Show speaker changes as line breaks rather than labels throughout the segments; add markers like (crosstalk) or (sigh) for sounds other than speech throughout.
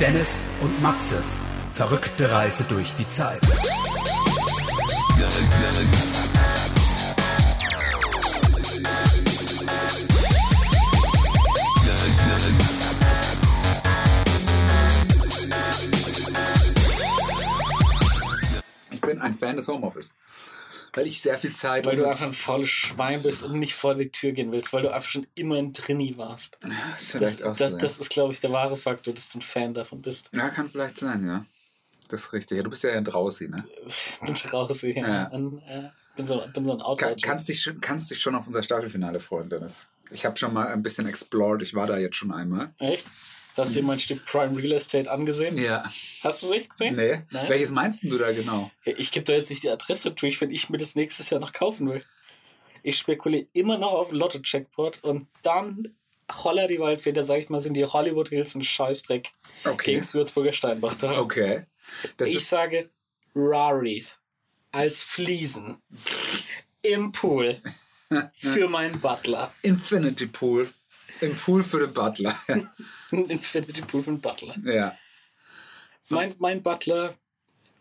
Dennis und Maxes verrückte Reise durch die Zeit.
Ich bin ein Fan des Homeoffice. Weil ich sehr viel Zeit
Weil du
benutze.
einfach ein faules Schwein bist und nicht vor die Tür gehen willst, weil du einfach schon immer ein Trini warst.
Das ist
Das,
vielleicht auch
das,
so. ja.
das ist, glaube ich, der wahre Faktor, dass du ein Fan davon bist. (laughs)
ja, kann vielleicht sein, ja. Das ist richtig. Ja, du bist ja ein Drausi, ne?
Draußen hier.
Ja.
An, äh, bin, so, bin so ein
Ka
Outlaw.
kannst, dich, schon- kannst dich schon auf unser Staffelfinale freuen, Dennis. Ich habe schon mal ein bisschen explored. Ich war da jetzt schon einmal.
Echt? Hast du
Hm.
dir mein Stück Prime Real Estate angesehen?
Ja.
Hast du es echt gesehen?
Nee.
Nein?
Welches meinst denn du da genau?
Ich gebe da jetzt nicht die Adresse durch, wenn ich mir das nächstes Jahr noch kaufen will. Ich spekuliere immer noch auf Lotto-Checkpot und dann holler die Waldfeder, sag ich mal, sind die Hollywood Hills ein Scheißdreck
Okay.
gegen das Würzburger Steinbach. Da
Okay. Das
ich
ist,
sage Raris als Fliesen im Pool für meinen Butler.
Infinity Pool. Im Pool für den Butler. (laughs)
Ein Infinity Pool für einen Butler.
ja.
Mein, mein Butler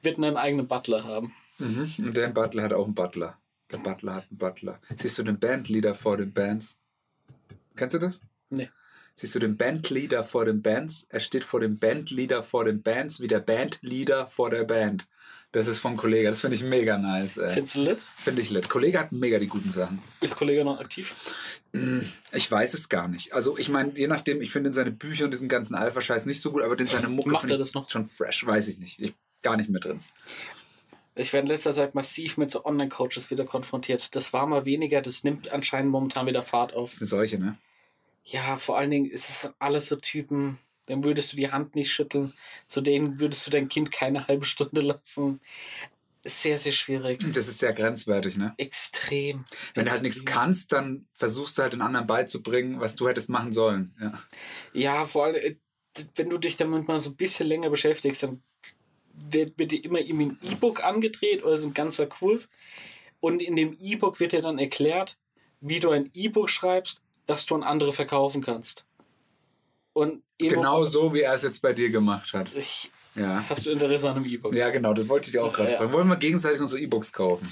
wird einen eigenen Butler haben.
Mhm. Und der Butler hat auch einen Butler. Der Butler hat einen Butler. Siehst du den Bandleader vor den Bands? Kennst du das?
Nee.
Siehst du den Bandleader vor den Bands? Er steht vor dem Bandleader vor den Bands wie der Bandleader vor der Band. Das ist vom Kollege. Das finde ich mega nice. Ey.
Findest du lit?
Finde ich lit. Kollege hat mega die guten Sachen.
Ist Kollege noch aktiv?
Ich weiß es gar nicht. Also ich meine, je nachdem, ich finde seine Bücher und diesen ganzen Alpha-Scheiß nicht so gut, aber den seine Mucke
Macht
finde
er
ich
das noch?
schon fresh, weiß ich nicht. Ich, gar nicht mehr drin.
Ich werde in letzter Zeit massiv mit so Online-Coaches wieder konfrontiert. Das war mal weniger, das nimmt anscheinend momentan wieder Fahrt auf.
Das ist eine Seuche, ne?
Ja, vor allen Dingen ist es alles so Typen, dann würdest du die Hand nicht schütteln, zu denen würdest du dein Kind keine halbe Stunde lassen. Sehr, sehr schwierig.
Das ist sehr grenzwertig, ne?
Extrem.
Wenn du halt nichts kannst, dann versuchst du halt den anderen beizubringen, was du hättest machen sollen. Ja.
Ja, vor allem, äh, d- wenn du dich damit mal so ein bisschen länger beschäftigst, dann wird, wird dir immer irgendwie ein E-Book angedreht oder so ein ganzer Kurs. Und in dem E-Book wird dir dann erklärt, wie du ein E-Book schreibst, das du an andere verkaufen kannst. Und E-Book-
Genau so, wie er es jetzt bei dir gemacht hat.
Ich,
Ja.
hast du Interesse an einem E-Book?
Ja, genau, das wollte ich dir auch gerade
Ja.
fragen. Wollen wir gegenseitig unsere E-Books kaufen?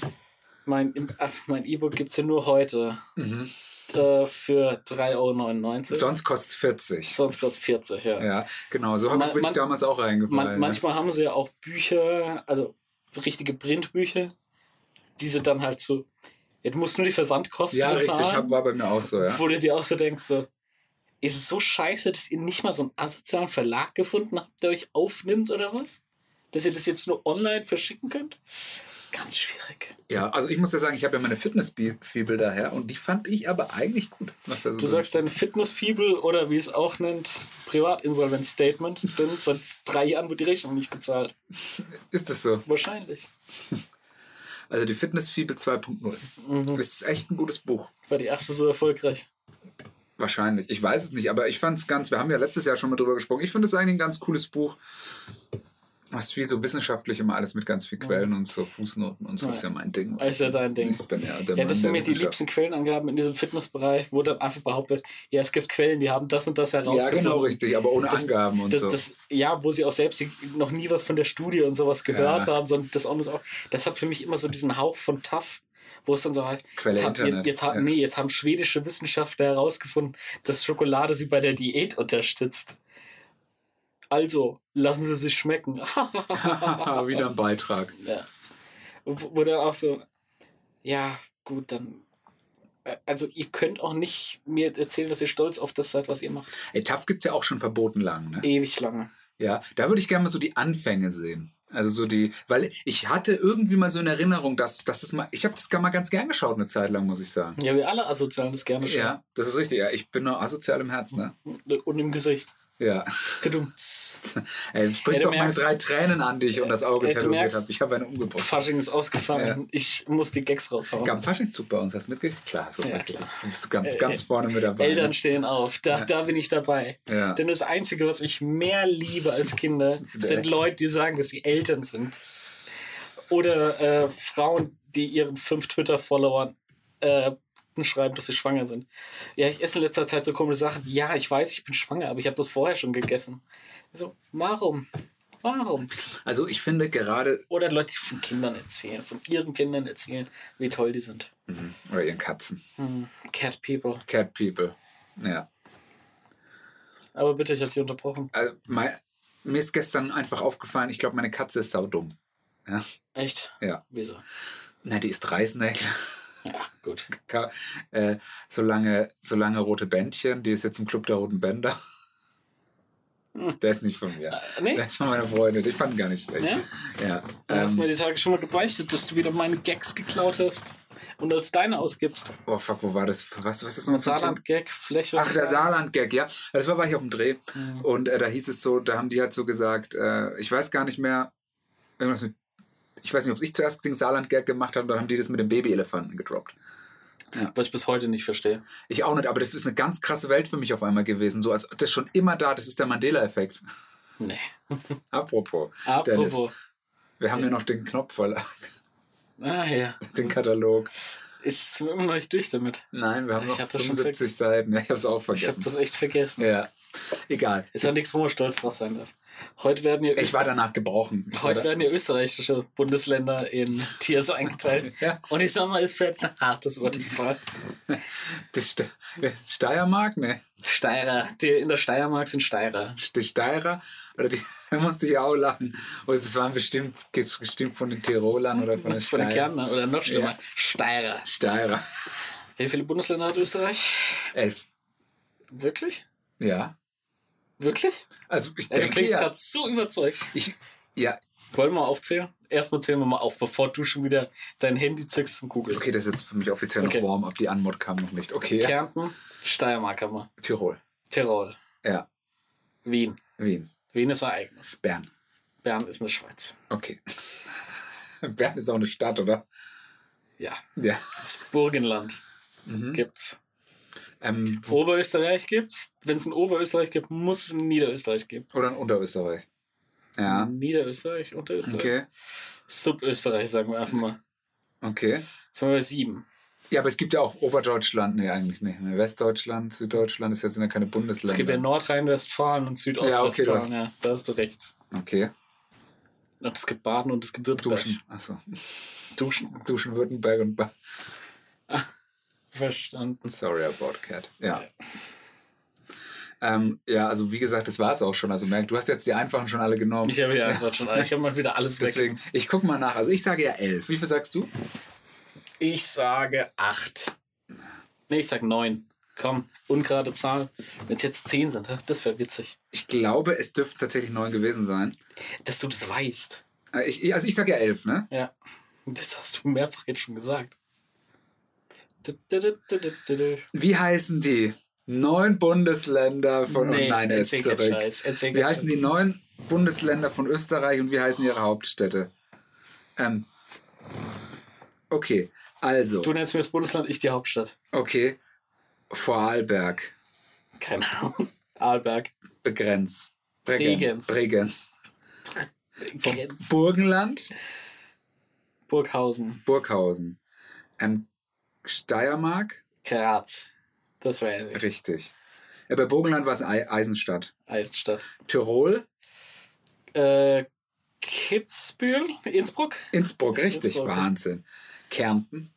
Mein, im- äh, mein E-Book gibt es ja nur heute
Mhm.
äh, für 3,99 Euro.
Sonst kostet es 40.
Sonst kostet 40, ja.
Ja, genau, so
Man-
habe ich
man-
damals auch
Man,
reingefallen. ne?
Manchmal haben sie ja auch Bücher, also richtige Printbücher, diese dann halt so. Jetzt musst nur die Versandkosten
Ja, richtig, hab,
bezahlen,
war bei mir auch so, ja.
wo du dir auch so denkst, so, ist es so scheiße, dass ihr nicht mal so einen asozialen Verlag gefunden habt, der euch aufnimmt oder was? Dass ihr das jetzt nur online verschicken könnt? Ganz schwierig.
Ja, also ich muss ja sagen, ich habe ja meine Fitnessfibel daher und die fand ich aber eigentlich gut. Was da so
Du sagst deine Fitnessfibel oder wie es auch nennt, Privatinsolvenz-Statement, denn seit drei Jahren wird die Rechnung nicht gezahlt.
ist das so?
Wahrscheinlich.
Also die Fitnessfibel 2.0.
Mhm.
Das ist echt ein gutes Buch.
War die erste so erfolgreich.
Wahrscheinlich. Ich weiß es nicht, aber ich fand es ganz, wir haben ja letztes Jahr schon mal drüber gesprochen. Ich finde es eigentlich ein ganz cooles Buch. Was viel so wissenschaftlich immer alles mit ganz viel Quellen und so Fußnoten und so ist ja mein Ding.
Ist ja dein Ding.
Ich bin ja,
Ja,
der
das
Mann der
sind mir die
Wissenschaft.
liebsten Quellenangaben in diesem Fitnessbereich, wo dann einfach behauptet, ja, es gibt Quellen, die haben das und das
Ja,
herausgefunden.
genau richtig, aber ohne
Das-
Angaben und
Das,
so.
das, ja, wo sie auch selbst noch nie was von der Studie und sowas gehört
Ja.
haben, sondern das auch nur so. Das hat für mich immer so diesen Hauch von tough, wo es dann so halt.
Quelle
jetzt, haben,
Internet,
jetzt, jetzt, haben,
ja.
nee, jetzt haben schwedische Wissenschaftler herausgefunden, dass Schokolade sie bei der Diät unterstützt. Also, lassen Sie sich schmecken. (laughs)
Haha, (laughs) Wieder ein Beitrag.
Ja. Wo wo dann auch so, ja, gut, dann. äh, Also, ihr könnt auch nicht mir erzählen, dass ihr stolz auf das seid, was ihr macht.
Ey, TAF gibt es ja auch schon verboten lang, ne?
Ewig lange.
Ja, da würde ich gerne mal so die Anfänge sehen. Also so die, weil ich hatte irgendwie mal so eine Erinnerung, dass, dass das mal, ich habe das gar mal ganz gern geschaut eine Zeit lang, muss ich sagen.
Ja, wir alle asozialen das gerne schon.
Ja, das ist richtig. Ja, ich bin nur asozial im Herzen, ne?
Und im Gesicht.
Ja.
Tudum.
Ey, du sprichst
Ja, du
doch meine
merkst-
drei Tränen an, die ich um das Auge
Ey, du
tätowiert
merkst-
habe. Ich habe eine umgebracht.
Fasching ist ausgefallen. Ich muss die Gags raushauen.
Gab einen Faschingszug bei uns, hast du mitgekriegt? Klar, super
Ja,
klar.
klar.
Du bist ganz,
Äh,
ganz
äh,
vorne mit dabei.
Eltern
ne?
stehen auf. Da, da bin ich dabei.
Ja.
Denn das Einzige, was ich mehr liebe als Kinder, sind Leute, die sagen, dass sie Eltern sind. Oder äh, Frauen, die ihren fünf Twitter-Followern äh, Akten schreiben, dass sie schwanger sind. Ja, ich esse in letzter Zeit so komische Sachen. Ja, ich weiß, ich bin schwanger, aber ich habe das vorher schon gegessen. So, warum? Warum?
Also ich finde gerade,
Oder Leute, die von Kindern erzählen, von ihren Kindern erzählen, wie toll die sind.
oder ihren Katzen,
Hm, Cat People.
Cat People. Ja.
Aber bitte, ich habe dich unterbrochen.
Also, mein, mir ist gestern einfach aufgefallen, ich glaube, meine Katze ist saudumm. Ja?
Echt?
Ja.
Wieso?
Na, die ist (laughs) Reisnägel.
Ja, gut.
Ka- äh, solange, solange rote Bändchen, die ist jetzt im Club der roten Bänder.
Hm.
Der ist nicht von mir.
Äh, nee?
Der ist von meiner Freundin. Ich fand ihn gar nicht schlecht.
Ja?
Ja.
Du hast mir
Ähm,
die Tage schon mal gebeichtet, dass du wieder meine Gags geklaut hast und als deine ausgibst.
oh fuck, wo war das? Was, was ist noch
Ein
für ein Thema?
Saarland-Gag, Fläche.
Ach, der Saarland-Gag, ja. Das war, war ich auf dem Dreh.
Mhm.
Und äh, da hieß es so, da haben die halt so gesagt, äh, ich weiß gar nicht mehr, irgendwas mit, ich weiß nicht, ob ich zuerst den Saarland-Gag gemacht habe, dann haben die das mit dem Babyelefanten gedroppt.
Was ich bis heute nicht verstehe.
Ich auch nicht, aber das ist eine ganz krasse Welt für mich auf einmal gewesen. So, als das ist schon immer da, das ist der Mandela-Effekt. (laughs)
Nee.
Apropos, Dennis,
Apropos.
wir haben ja noch den Knopf, weil, (laughs)
Ah ja.
den Katalog.
Ist immer noch nicht durch damit.
Nein, wir haben
Ich
noch
hab das schon
75 Seiten. (laughs) Ja, ich hab's auch
Ich habe
vergessen.
das echt vergessen.
ja, egal.
Ist ja nichts, wo man stolz drauf sein darf. Heute werden ja,
Ich war danach gebrochen. Ich
heute
war
werden ja österreichische Bundesländer in (laughs) Tiers eingeteilt.
Ja.
Und ich sag mal, es fällt ein hartes Urteil.
da, das Ste Steiermark, ne?
Steirer. Die in der Steiermark sind Steirer.
die Steirer oder die (laughs) da musste ich auch lachen. Und es waren bestimmt, gibt's bestimmt von den Tirolern oder von den
Von den
Steirern.
Kärntner oder noch schlimmer.
Ja.
Steirer.
Steirer.
Wie viele Bundesländer hat Österreich?
Elf.
Wirklich?
Ja.
Wirklich?
Also ich
Ey, du
denke
klingst
ja.
gerade so überzeugt.
Ich, ja,
Wollen wir mal aufzählen? Erstmal zählen wir mal auf, bevor du schon wieder dein Handy zückst zum Google.
okay, das ist jetzt für mich offiziell
Okay.
noch warm, ab die Anmod kam noch nicht. Okay, ja.
Kärnten, Steiermark haben wir.
Tirol.
Tirol,
Ja.
Wien.
Wien.
Wien ist ein eigenes.
Bern.
Bern ist eine Schweiz.
Okay. (laughs) Bern ist auch eine Stadt, oder?
Ja.
Ja.
Das Burgenland
Mhm.
gibt's.
Ähm, wo-
Oberösterreich gibt's. Wenn es ein Oberösterreich gibt, muss es ein Niederösterreich geben.
oder in Unterösterreich. Ja.
Mhm. Niederösterreich, Unterösterreich.
Okay.
Subösterreich, sagen wir einfach mal.
Okay.
Jetzt haben wir bei sieben.
Ja, aber es gibt ja auch Oberdeutschland. Nee, eigentlich nicht. Ne, Westdeutschland, Süddeutschland, das sind ja keine
Es gibt ja
Bundesländer.
Nordrhein-Westfalen und
Ja, okay, du hast-
Südostwestfalen. Ja, da hast du recht.
Okay.
Und es gibt Baden und es gibt Württemberg.
Duschen. Achso.
Duschen.
Duschen Württemberg und ba
Verstanden.
Sorry about Cat. Ja. Ähm, ja, also wie gesagt, das war es auch schon. Also merk, du hast jetzt die einfachen schon alle genommen.
Ich habe die Antwort schon. Ich habe mal wieder alles weg.
Deswegen, ich guck mal nach. Also ich sage ja elf. Wie viel sagst du?
Ich sage 8. Nee, ich sag 9. Komm, ungerade Zahl. Wenn es jetzt 10 sind, hä? das wäre witzig.
Ich glaube, es dürften tatsächlich neun gewesen sein.
Dass du das weißt.
Äh, Ich, ich- also ich sage ja elf, ne?
Ja. Das hast du mehrfach jetzt schon gesagt. Du, du, du, du, du, du, du.
Wie heißen die neun Bundesländer von...
Nee,
oh nein, er ist
erzähl keinen
zurück.
Scheiß, erzähl
Wie
keinen
heißen
Scheiß.
die neun Bundesländer von Österreich und wie heißen ihre Hauptstädte? Ähm, okay, also...
Du nennst mir das Bundesland, ich die Hauptstadt.
Okay. Vorarlberg.
Keine Ahnung. Arlberg.
Begrenz.
Bregenz.
Bregenz. Vom
Grenz.
Burgenland.
Burghausen.
Burghausen. Ähm, Steiermark.
Graz. Das war ja
Richtig. Ja, bei Burgenland war es Ei- Eisenstadt.
Eisenstadt.
Tirol.
Äh, Kitzbühel, Innsbruck.
Innsbruck. Richtig.
Innsbruck, ja.
Wahnsinn. Kärnten.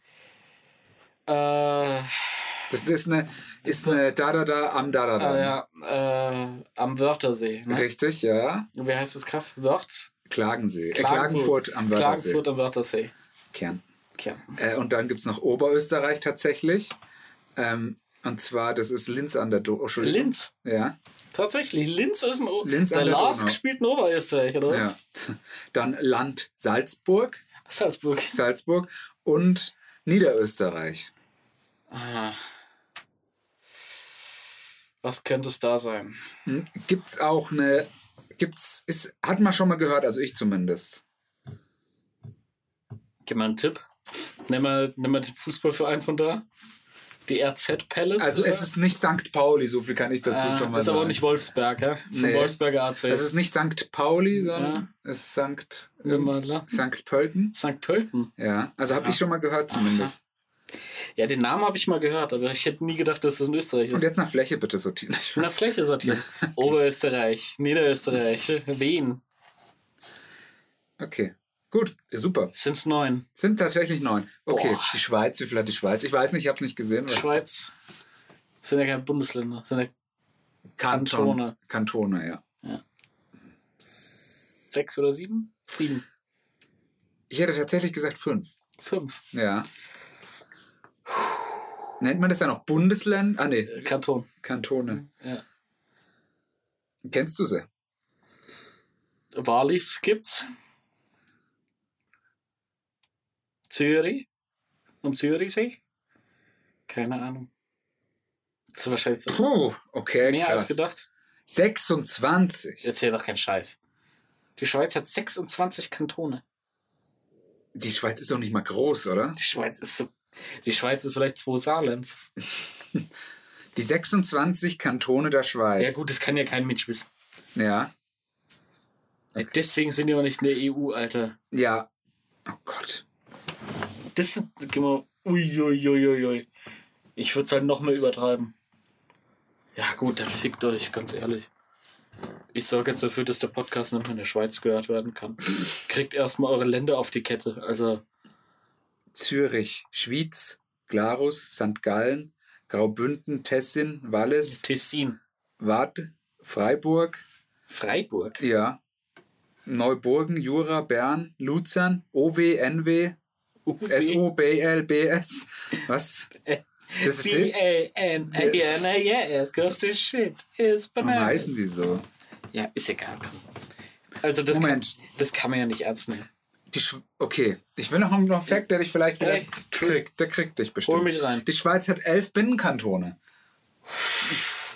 Äh,
Das ist eine, ist eine da da da am da da da.
Ah, ja, äh, am Wörthersee. Ne?
Richtig, ja.
Wie heißt das Kaff? Wört?
Klagensee. Klagenfurt, äh, Klagenfurt am Wörthersee.
Klagenfurt am Wörthersee.
Kärnten.
Kärnten.
Äh, und dann gibt es noch Oberösterreich tatsächlich. Ähm, und zwar, das ist Linz an der Do oh, Entschuldigung.
Linz.
Ja.
Tatsächlich, Linz ist ein o
Linz an
Der
der
Lars
Donau.
spielt in Oberösterreich, oder
ja. (laughs)
was?
Dann Land Salzburg,
Salzburg.
Salzburg und Niederösterreich.
Ah. Was könnte es da sein?
Hm, Gibt's auch eine. Gibt's. Ist, hat man schon mal gehört, also ich zumindest.
Gib mal einen Tipp. Nimm mal, nimm mal den Fußballverein von da. Die RZ Pellets.
Also es ist nicht St. Pauli, so viel kann ich dazu
äh? ah,
schon mal
Ist
sagen.
aber auch nicht Wolfsberg, ja? Von
Nee.
Wolfsberger AC.
es ist nicht St. Pauli, sondern es ist St.
Nimm mal la-
St. Pölten.
St. Pölten. Ah.
Ja. Also habe ich schon mal gehört zumindest.
Ja, den Namen habe ich mal gehört, aber ich hätte nie gedacht, dass das in Österreich
Und
ist.
jetzt nach Fläche bitte sortieren. Ich
Nach Fläche
(laughs)
sortieren. Oberösterreich, Niederösterreich, Wien.
Okay. Gut, super.
Sind es neun.
Sind tatsächlich neun. Okay,
Boah.
die Schweiz, wie viel hat die Schweiz? Ich weiß nicht, ich habe es nicht gesehen. weil-
Schweiz. Sind ja keine Bundesländer, sind ja Kantone.
Kantone, ja.
sechs oder sieben? Sieben.
Ich hätte tatsächlich gesagt fünf.
Fünf.
Ja. Nennt man das dann auch Bundesland? Ah, nee,
Äh, Kanton.
Kantone.
Ja.
Kennst du sie?
Wallis gibt's. Zürich. Am Zürichsee. Keine Ahnung. Das ist wahrscheinlich so
Puh, okay,
mehr als
krass.
gedacht.
26.
Erzähl doch keinen Scheiß. Die Schweiz hat 26 Kantone.
Die Schweiz ist doch nicht mal groß, oder?
Die Schweiz ist so. Die Schweiz ist vielleicht zwei Saarlands.
Die 26 Kantone der Schweiz.
Ja, gut, das kann ja kein Mensch wissen.
Ja,
Ey, Deswegen sind die auch nicht in der EU, Alter.
ja. Oh Gott.
Das sind. Geh mal. Uiuiuiui. Ich würde es halt noch mehr übertreiben. Ja, gut, dann fickt euch, ganz ehrlich. Ich sorge jetzt dafür, dass der Podcast nicht mehr in der Schweiz gehört werden kann. Kriegt erstmal eure Länder auf die Kette. Also,
Zürich, Schwyz, Glarus, St. Gallen, Graubünden, Tessin, Wallis,
Tessin.
Waadt, Freiburg,
Freiburg.
ja. Neuburgen, Jura, Bern, Luzern, OW, NW, S-U-B-L-B-S. Was?
Äh,
Das ist die?
B-A-N-A-N-A-S, cause this shit is
Warum
bananas.
heißen sie so?
Ja, ist egal. komm. Also das
Moment.
Kann, das kann man ja nicht ernst nehmen.
Die Sch okay, ich will noch einen noch einen Fact, der dich vielleicht wieder
Ey,
kriegt. Der kriegt dich bestimmt.
Äh, Hol mich rein.
Die Schweiz hat elf Binnenkantone.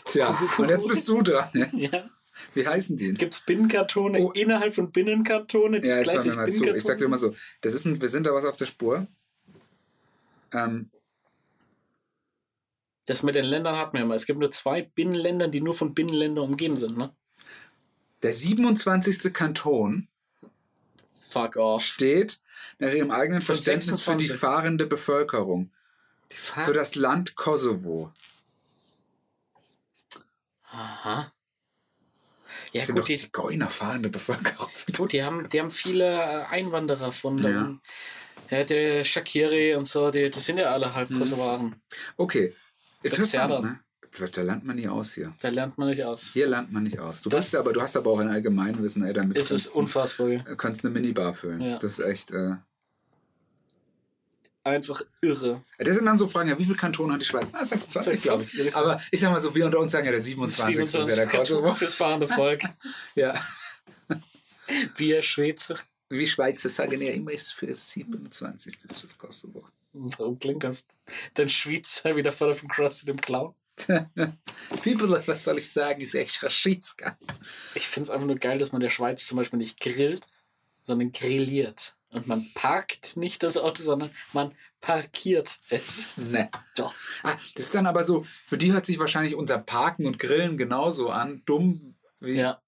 Tja,
(laughs)
und jetzt bist du dran. ne?
Ja.
Wie heißen die?
Gibt es Binnenkartone
Oh.
innerhalb von Binnenkartone, die
Ja, jetzt hören wir
gleichzeitig
mal zu.
Binnenkartone
Ich sag dir immer so, das ist ein, wir sind da was auf der Spur.
sind?
Ähm,
Das mit den Ländern hatten wir immer. Es gibt nur zwei Binnenländer, die nur von Binnenländern umgeben sind, ne?
der 27. Kanton
Fuck off.
steht nach ihrem eigenen
Von
Verständnis für die
26.
fahrende Bevölkerung,
Die
für
Fahr
das Land Kosovo.
Aha.
Das
Ja,
sind
gut,
doch
die,
Zigeuner fahrende Bevölkerung.
(laughs) gut, die haben, die haben viele äh, Einwanderer von
Ja.
dann- Ja, der Shakiri und so, die, das sind ja alle halb
Hm.
Kosovaren.
Okay, interessant.
Serdan.
Ne? Da lernt man nie aus hier.
Da lernt man nicht aus.
Hier lernt man nicht aus. Du
Das-
bist aber, du hast aber auch ein Allgemeinwissen, ey, damit
Es ist
kannst,
unfassbar. gell?
kannst eine Minibar füllen.
Ja.
Das ist echt. Äh,
Einfach irre.
das sind dann so Fragen, ja, wie viele Kantone hat die Schweiz? Ah, 26, glaube
26, würde ich
ich.
sagen.
Aber ich sag mal so, wir unter uns sagen ja der 27. ist ja der Kosovo.
Kartoffeln fürs fahrende Volk.
Ja.
Wir Schweizer.
Wie Schweizer sagen ja immer, ist für das 27. ist fürs Kosovo.
So klingt das. Dann Schweizer wieder voll auf dem Cross in dem Clown.
People, was soll ich sagen, ist echt Raschitska.
Ich finde es einfach nur geil, dass man in der Schweiz zum Beispiel nicht grillt, sondern grilliert. Und man parkt nicht das Auto, sondern man parkiert es.
Ne.
Doch.
Ah, das ist dann aber so, für die hört sich wahrscheinlich unser Parken und Grillen genauso an. Dumm wie.
Ja,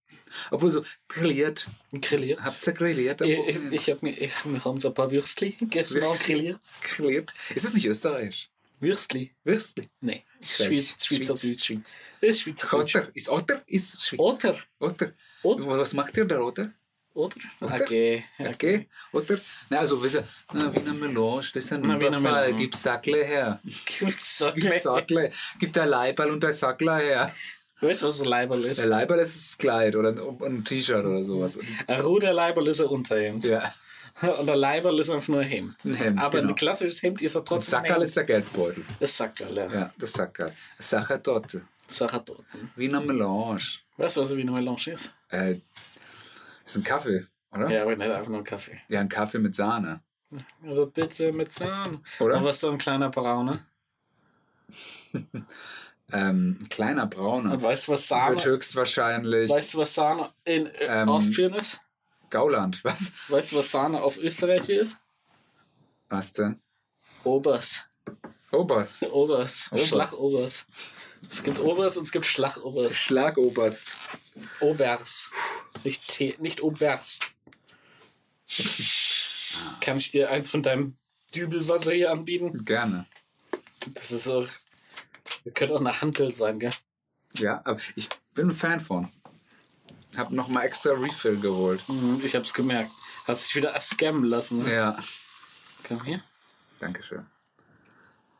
Obwohl so, grilliert.
grilliert.
Habt ihr grilliert? am
ich ich,
Wochenende?
Äh, ich habe mir, ich hab mir haben so ein paar Würstli gegessen, auch
Würstli.
grilliert.
grilliert. Ist es nicht österreichisch?
Würstli?
Würstli.
Nee.
Schweiz,
Schweiz, Schweizer
Schweiz,
Deutsch.
Schweiz.
Das ist Schweizer Deutsch.
Otter. Ist Otter? Ist Schweiz.
Otter.
Otter.
Otter.
Was macht ihr der Otter?
Oder?
Oder?
Okay.
Okay. Otter. Na, also, wisst ihr, na, Wiener Melange, das ist ein
Na, Wiener
Überfall.
Melange.
Gib Sackle
(laughs)
her.
Gut, sag
Gib Sackle. Gib der Leiberl und der Sackler her.
Weißt du, was ein Leiberl ist?
Der Leiberl ist das Kleid oder ein, und ein T-Shirt oder sowas. Und-
Ein Ruderleiberl ist ein Unterhemd.
Ja.
(laughs) Und ein Leiberl ist einfach nur ein Hemd.
Ein Hemd,
Aber
genau.
ein klassisches Hemd ist er
Und
trotzdem.
Sackerl ist der Geldbeutel.
Das Sackerl, ja.
Ja, das Sackerl. Sachertorte.
Sachertoten.
Wiener Melange.
ne? Weißt du, was ein Wiener Melange ist?
Äh, ist ein Kaffee, oder?
Ja, aber nicht einfach nur ein Kaffee.
Ja, ein Kaffee mit Sahne.
Aber bitte mit Sahne.
Oder?
Und was so ein kleiner Brauner?
Ähm, ein kleiner
Und
Brauner.
weißt du, was Sahne,
Wird höchstwahrscheinlich
weißt du, was Sahne in äh,
Ähm.
Austrian ist?
Gauland. Was?
Weißt du, was Sahne auf Österreich ist?
Was denn?
Obers.
Oberst.
Obers.
Obers.
Schlagobers. Es gibt Obers und es gibt Schlagobers.
Schlagoberst.
Obers. Nicht, T nicht Obers. Kann ich dir eins von deinem Dübelwasser hier anbieten.
Gerne.
Das ist auch. Könnte auch eine Hantel sein, gell?
Ja, aber ich bin ein Fan von. Hab nochmal extra Refill geholt.
Mhm, Ich hab's gemerkt. Hast dich wieder scammen lassen. Ne?
Ja.
Komm hier.
Dankeschön.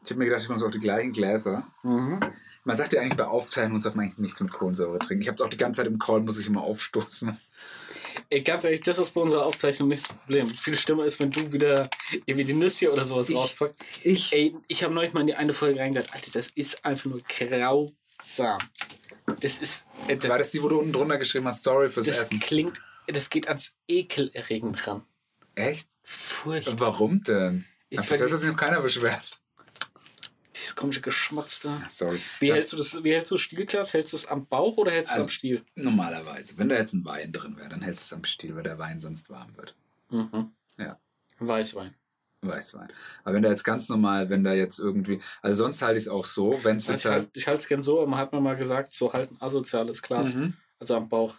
Ich habe mir gedacht, ich mache uns auch die gleichen Gläser.
Mhm.
Man sagt ja eigentlich bei Aufteilungen sollte man eigentlich nichts mit Kohlensäure trinken. Ich habe es auch die ganze Zeit im Call, muss ich immer aufstoßen.
Ey, ganz ehrlich, das ist bei unserer Aufzeichnung nicht das Problem. Viel schlimmer ist, wenn du wieder irgendwie die Nüsse oder sowas
Ich-
rauspackst.
Ich.
Ey, ich habe neulich mal in die eine Folge reingehört. Alter, das ist einfach nur grausam. Das ist. Äh,
War
das,
das die, wo du unten drunter geschrieben hast, sorry fürs
das
Essen?
klingt. Das geht ans Ekelerregend ran.
Echt?
Furcht.
Warum denn?
Ich
Bis jetzt
vergesse-
hat sich noch keiner beschwert.
Dieses komische Geschmatz da.
Sorry.
Wie
Ja,
hältst du das? Wie hältst du das Stielglas? Hältst du es am Bauch oder hältst du
Also-
es am Stiel?
Normalerweise, wenn da jetzt ein Wein drin wäre, dann hältst du es am Stiel, weil der Wein sonst warm wird.
Mhm.
Ja.
Weißwein.
Weißwein. Aber wenn da jetzt ganz normal, wenn da jetzt irgendwie, also sonst halte ich es auch so, wenn es jetzt
Also ich
halt.
halt, ich halte es gern so, aber man hat mir mal gesagt, so halt ein asoziales Glas.
Mhm.
Also am Bauch.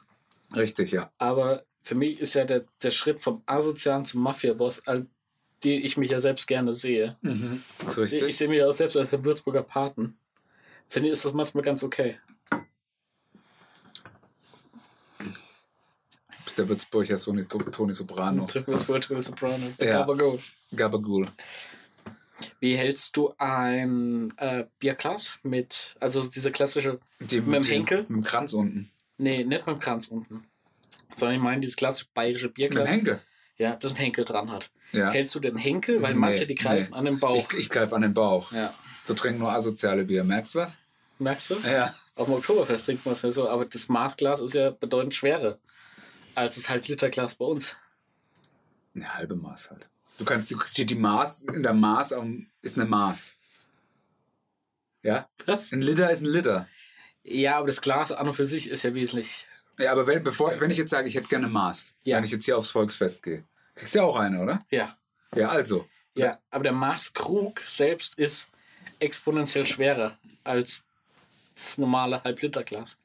Richtig, ja.
Aber für mich ist ja der, der Schritt vom Asozialen zum Mafia-Boss, all- den ich mich ja selbst gerne sehe.
Mhm. Ist richtig.
Ich sehe mich ja auch selbst als der Würzburger Paten. Finde ich, ist das manchmal ganz okay.
Bis der Würzburger so eine Toni Soprano.
Drücken wir das Wort to the Soprano. The
Ja.
Gabagool.
Gabagool.
Wie hältst du ein äh, Bierglas mit, also diese klassische,
Die,
Mit dem Henkel?
Mit dem Kranz unten.
nee, nicht mit dem Kranz unten, sondern ich meine dieses klassische bayerische
Mit dem
Bierglas,
Henkel.
ja, das einen Henkel dran hat.
Ja.
Hältst du den Henkel? Weil
Nee,
manche, die greifen
nee.
an den Bauch.
Ich, ich greife an den Bauch.
Ja.
So trinken nur asoziale Bier. Merkst du was?
Merkst du es?
Ja.
Auf dem Oktoberfest trinkt man es ja so, aber das Maßglas ist ja bedeutend schwerer als das Halb-Liter-Glas bei uns.
Eine halbe Maß halt. Du kannst, die- steht die Maß, in der Maß am- ist eine Maß. Ja?
Was?
Ein Liter ist ein Liter.
Ja, aber das Glas an und für sich ist ja wesentlich.
Ja, aber wenn, bevor, wenn ich jetzt sage, ich hätte gerne Maß,
Ja.
wenn ich jetzt hier aufs Volksfest gehe, kriegst du ja auch eine, oder?
Ja.
Ja, also.
Ja, aber der Maßkrug selbst ist exponentiell schwerer als das normale Halb-Liter-Glas.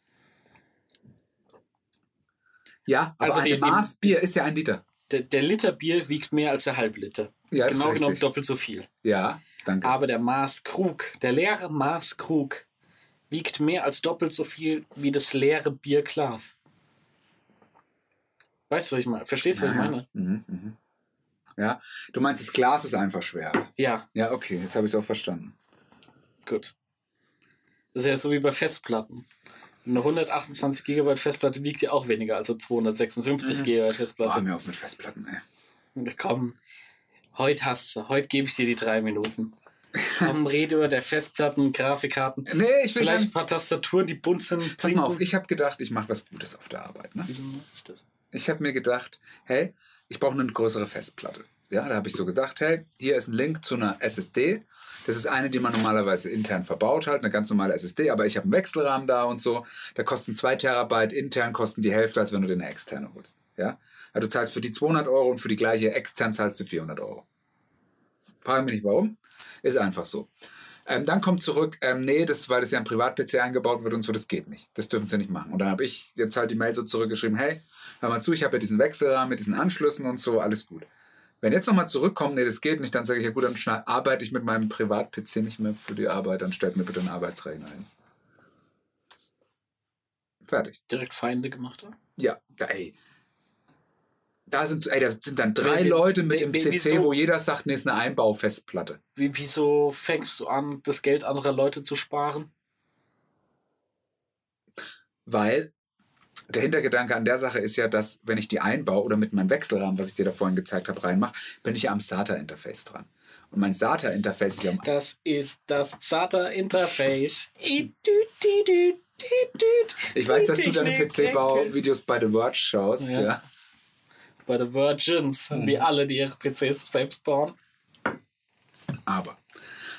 Ja, aber
Also
also
die-
ein
die-
Maßbier ist ja ein Liter.
Der, der Liter Bier wiegt mehr als der Halbliter.
Ja,
genau
ist
genommen
richtig.
doppelt so viel.
Ja, danke.
Aber der Maßkrug, der leere Maßkrug, wiegt mehr als doppelt so viel wie das leere Bierglas. Weißt du, was ich meine? Verstehst du, was ich
Ah,
meine?
ja. Mhm, mhm. ja, du meinst, das Glas ist einfach schwer.
Ja,
Ja, okay, jetzt habe ich es auch verstanden.
gut. Das ist ja so wie bei Festplatten. Eine 128 GB Festplatte wiegt ja auch weniger als eine 256 GB
Mhm. Boah,
Festplatte.
mir auf mit Festplatten, ey.
Komm, heute hast du, heute gebe ich dir die drei
(laughs)
Minuten. Komm, red über der Festplatten, Grafikkarten.
Nee, ich will
Vielleicht ein
ganz-
paar Tastaturen, die bunt sind.
Pass mal auf,
blinken.
ich habe gedacht, ich mache was Gutes auf der Arbeit. Ne?
Wieso mach ich das?
Ich habe mir gedacht, hey, ich brauche eine größere Festplatte. Ja, da habe ich so gedacht, hey, hier ist ein Link zu einer SSD. Das ist eine, die man normalerweise intern verbaut hat, eine ganz normale SSD, aber ich habe einen Wechselrahmen da und so. Da kosten 2 Terabyte intern, kosten die Hälfte, als wenn du den externe holst. Ja? ja, du zahlst für die 200 Euro und für die gleiche extern zahlst du 400 Euro. Frage mich nicht warum, ist einfach so. Ähm, dann kommt zurück, ähm, nee, das, weil das ja ein Privat-PC eingebaut wird und so, das geht nicht. Das dürfen sie nicht machen. Und dann habe ich jetzt halt die Mail so zurückgeschrieben, hey, hör mal zu, ich habe ja diesen Wechselrahmen mit diesen Anschlüssen und so, alles gut. Wenn jetzt nochmal zurückkommt, nee, das geht nicht, dann sage ich, ja gut, dann schneid- arbeite ich mit meinem Privat-PC nicht mehr für die Arbeit, dann stellt mir bitte einen Arbeitsrechner hin. Fertig.
Direkt Feinde gemacht haben?
Ja, da, ey. Da sind, so- ey, da sind dann drei
Wie-
Leute
wie-
mit im
wie-
CC,
wieso?
wo jeder sagt, nee, ist eine Einbaufestplatte.
Wie, wieso fängst du an, das Geld anderer Leute zu sparen?
Weil der Hintergedanke an der Sache ist ja, dass wenn ich die einbaue oder mit meinem Wechselrahmen, was ich dir da vorhin gezeigt habe, reinmache, bin ich ja am SATA-Interface dran. Und mein SATA-Interface ist ja um am
Das ist das SATA-Interface. I- dü- dü- dü- dü- dü-
Ich weiß, dass du deine
Technik-
PC-Bau-Videos bei The Verge schaust.
ne? Ja.
Ja.
Bei The Virgins haben
Hm.
die alle, die ihre PCs selbst bauen.
Aber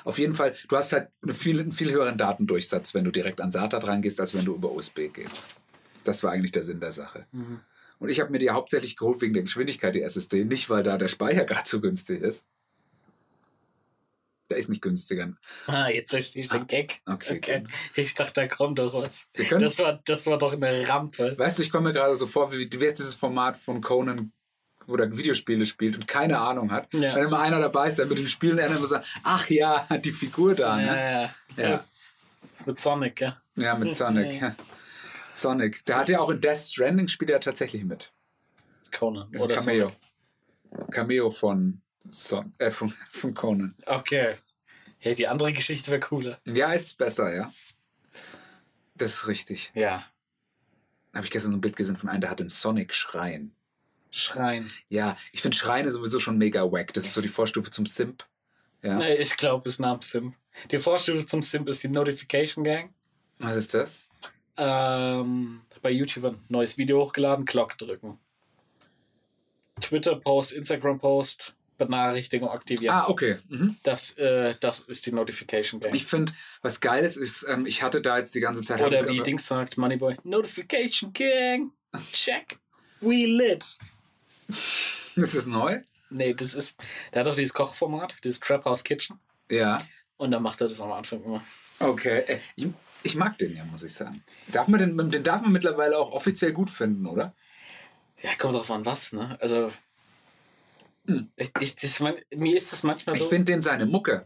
auf jeden Fall, du hast halt eine viel, einen viel höheren Datendurchsatz, wenn du direkt an SATA dran gehst, als wenn du über USB gehst. Das war eigentlich der Sinn der Sache. Und ich habe mir die hauptsächlich geholt wegen der Geschwindigkeit, die SSD, nicht weil da der Speicher (laughs) gerade so günstig ist. Der ist nicht günstiger.
Ah, jetzt verstehe ich den Gag.
okay,
Ich dachte, da kommt doch was.
Wir können-
Das war, das war doch eine Rampe.
Weißt du, ich komme mir gerade so vor, wie, wie heißt dieses Format von Conan oder Videospiele spielt und keine Ahnung hat.
Ja.
Wenn immer einer dabei ist, der mit dem Spiel und einer immer sagt, ach ja, die Figur da.
Ja,
Ne?
ja, ja.
Ja.
Das ist mit Sonic, gell?
ja, mit Sonic.
Ja.
Sonic. Der hat ja auch in Death Stranding spielt er tatsächlich mit.
Conan.
Ist ein
oder
Cameo.
Sonic.
Cameo von, Son äh, von, (laughs) von Conan.
Okay. Hey, die andere Geschichte wäre cooler.
Ja, ist besser, ja. Das ist richtig.
Ja.
Habe ich gestern so ein Bild gesehen von einem, der hat den Sonic-Schrein.
Schreien.
Ja, ich finde Schreine sowieso schon mega wack. Das ist so die Vorstufe zum Simp. Ja.
Nee, ich glaube, es nahm Sim. Die Vorstufe zum Simp ist die Notification Gang.
Was ist das?
Ähm, bei YouTube ein neues Video hochgeladen, Glock drücken. Twitter-Post, Instagram-Post, Benachrichtigung aktivieren.
Ah, okay. Mhm.
Das, äh, das ist die Notification Gang.
Ich finde, was geil ist, ist, ähm, ich hatte da jetzt die ganze Zeit. hab
Oder
jetzt
wie
aber-
Dings sagt, Moneyboy, Notification Gang, check, we lit.
Ist das neu?
Nee, das ist, der hat doch dieses Kochformat, dieses Crap House Kitchen.
Ja.
Und dann macht er das am Anfang immer.
Okay. Äh, Ich, ich mag den ja, muss ich sagen. Darf man den, den darf man mittlerweile auch offiziell gut finden, oder?
Ja, kommt drauf an, was, ne? Also,
Hm.
ich, ich, das, man, mir ist das manchmal so.
Ich finde den seine Mucke,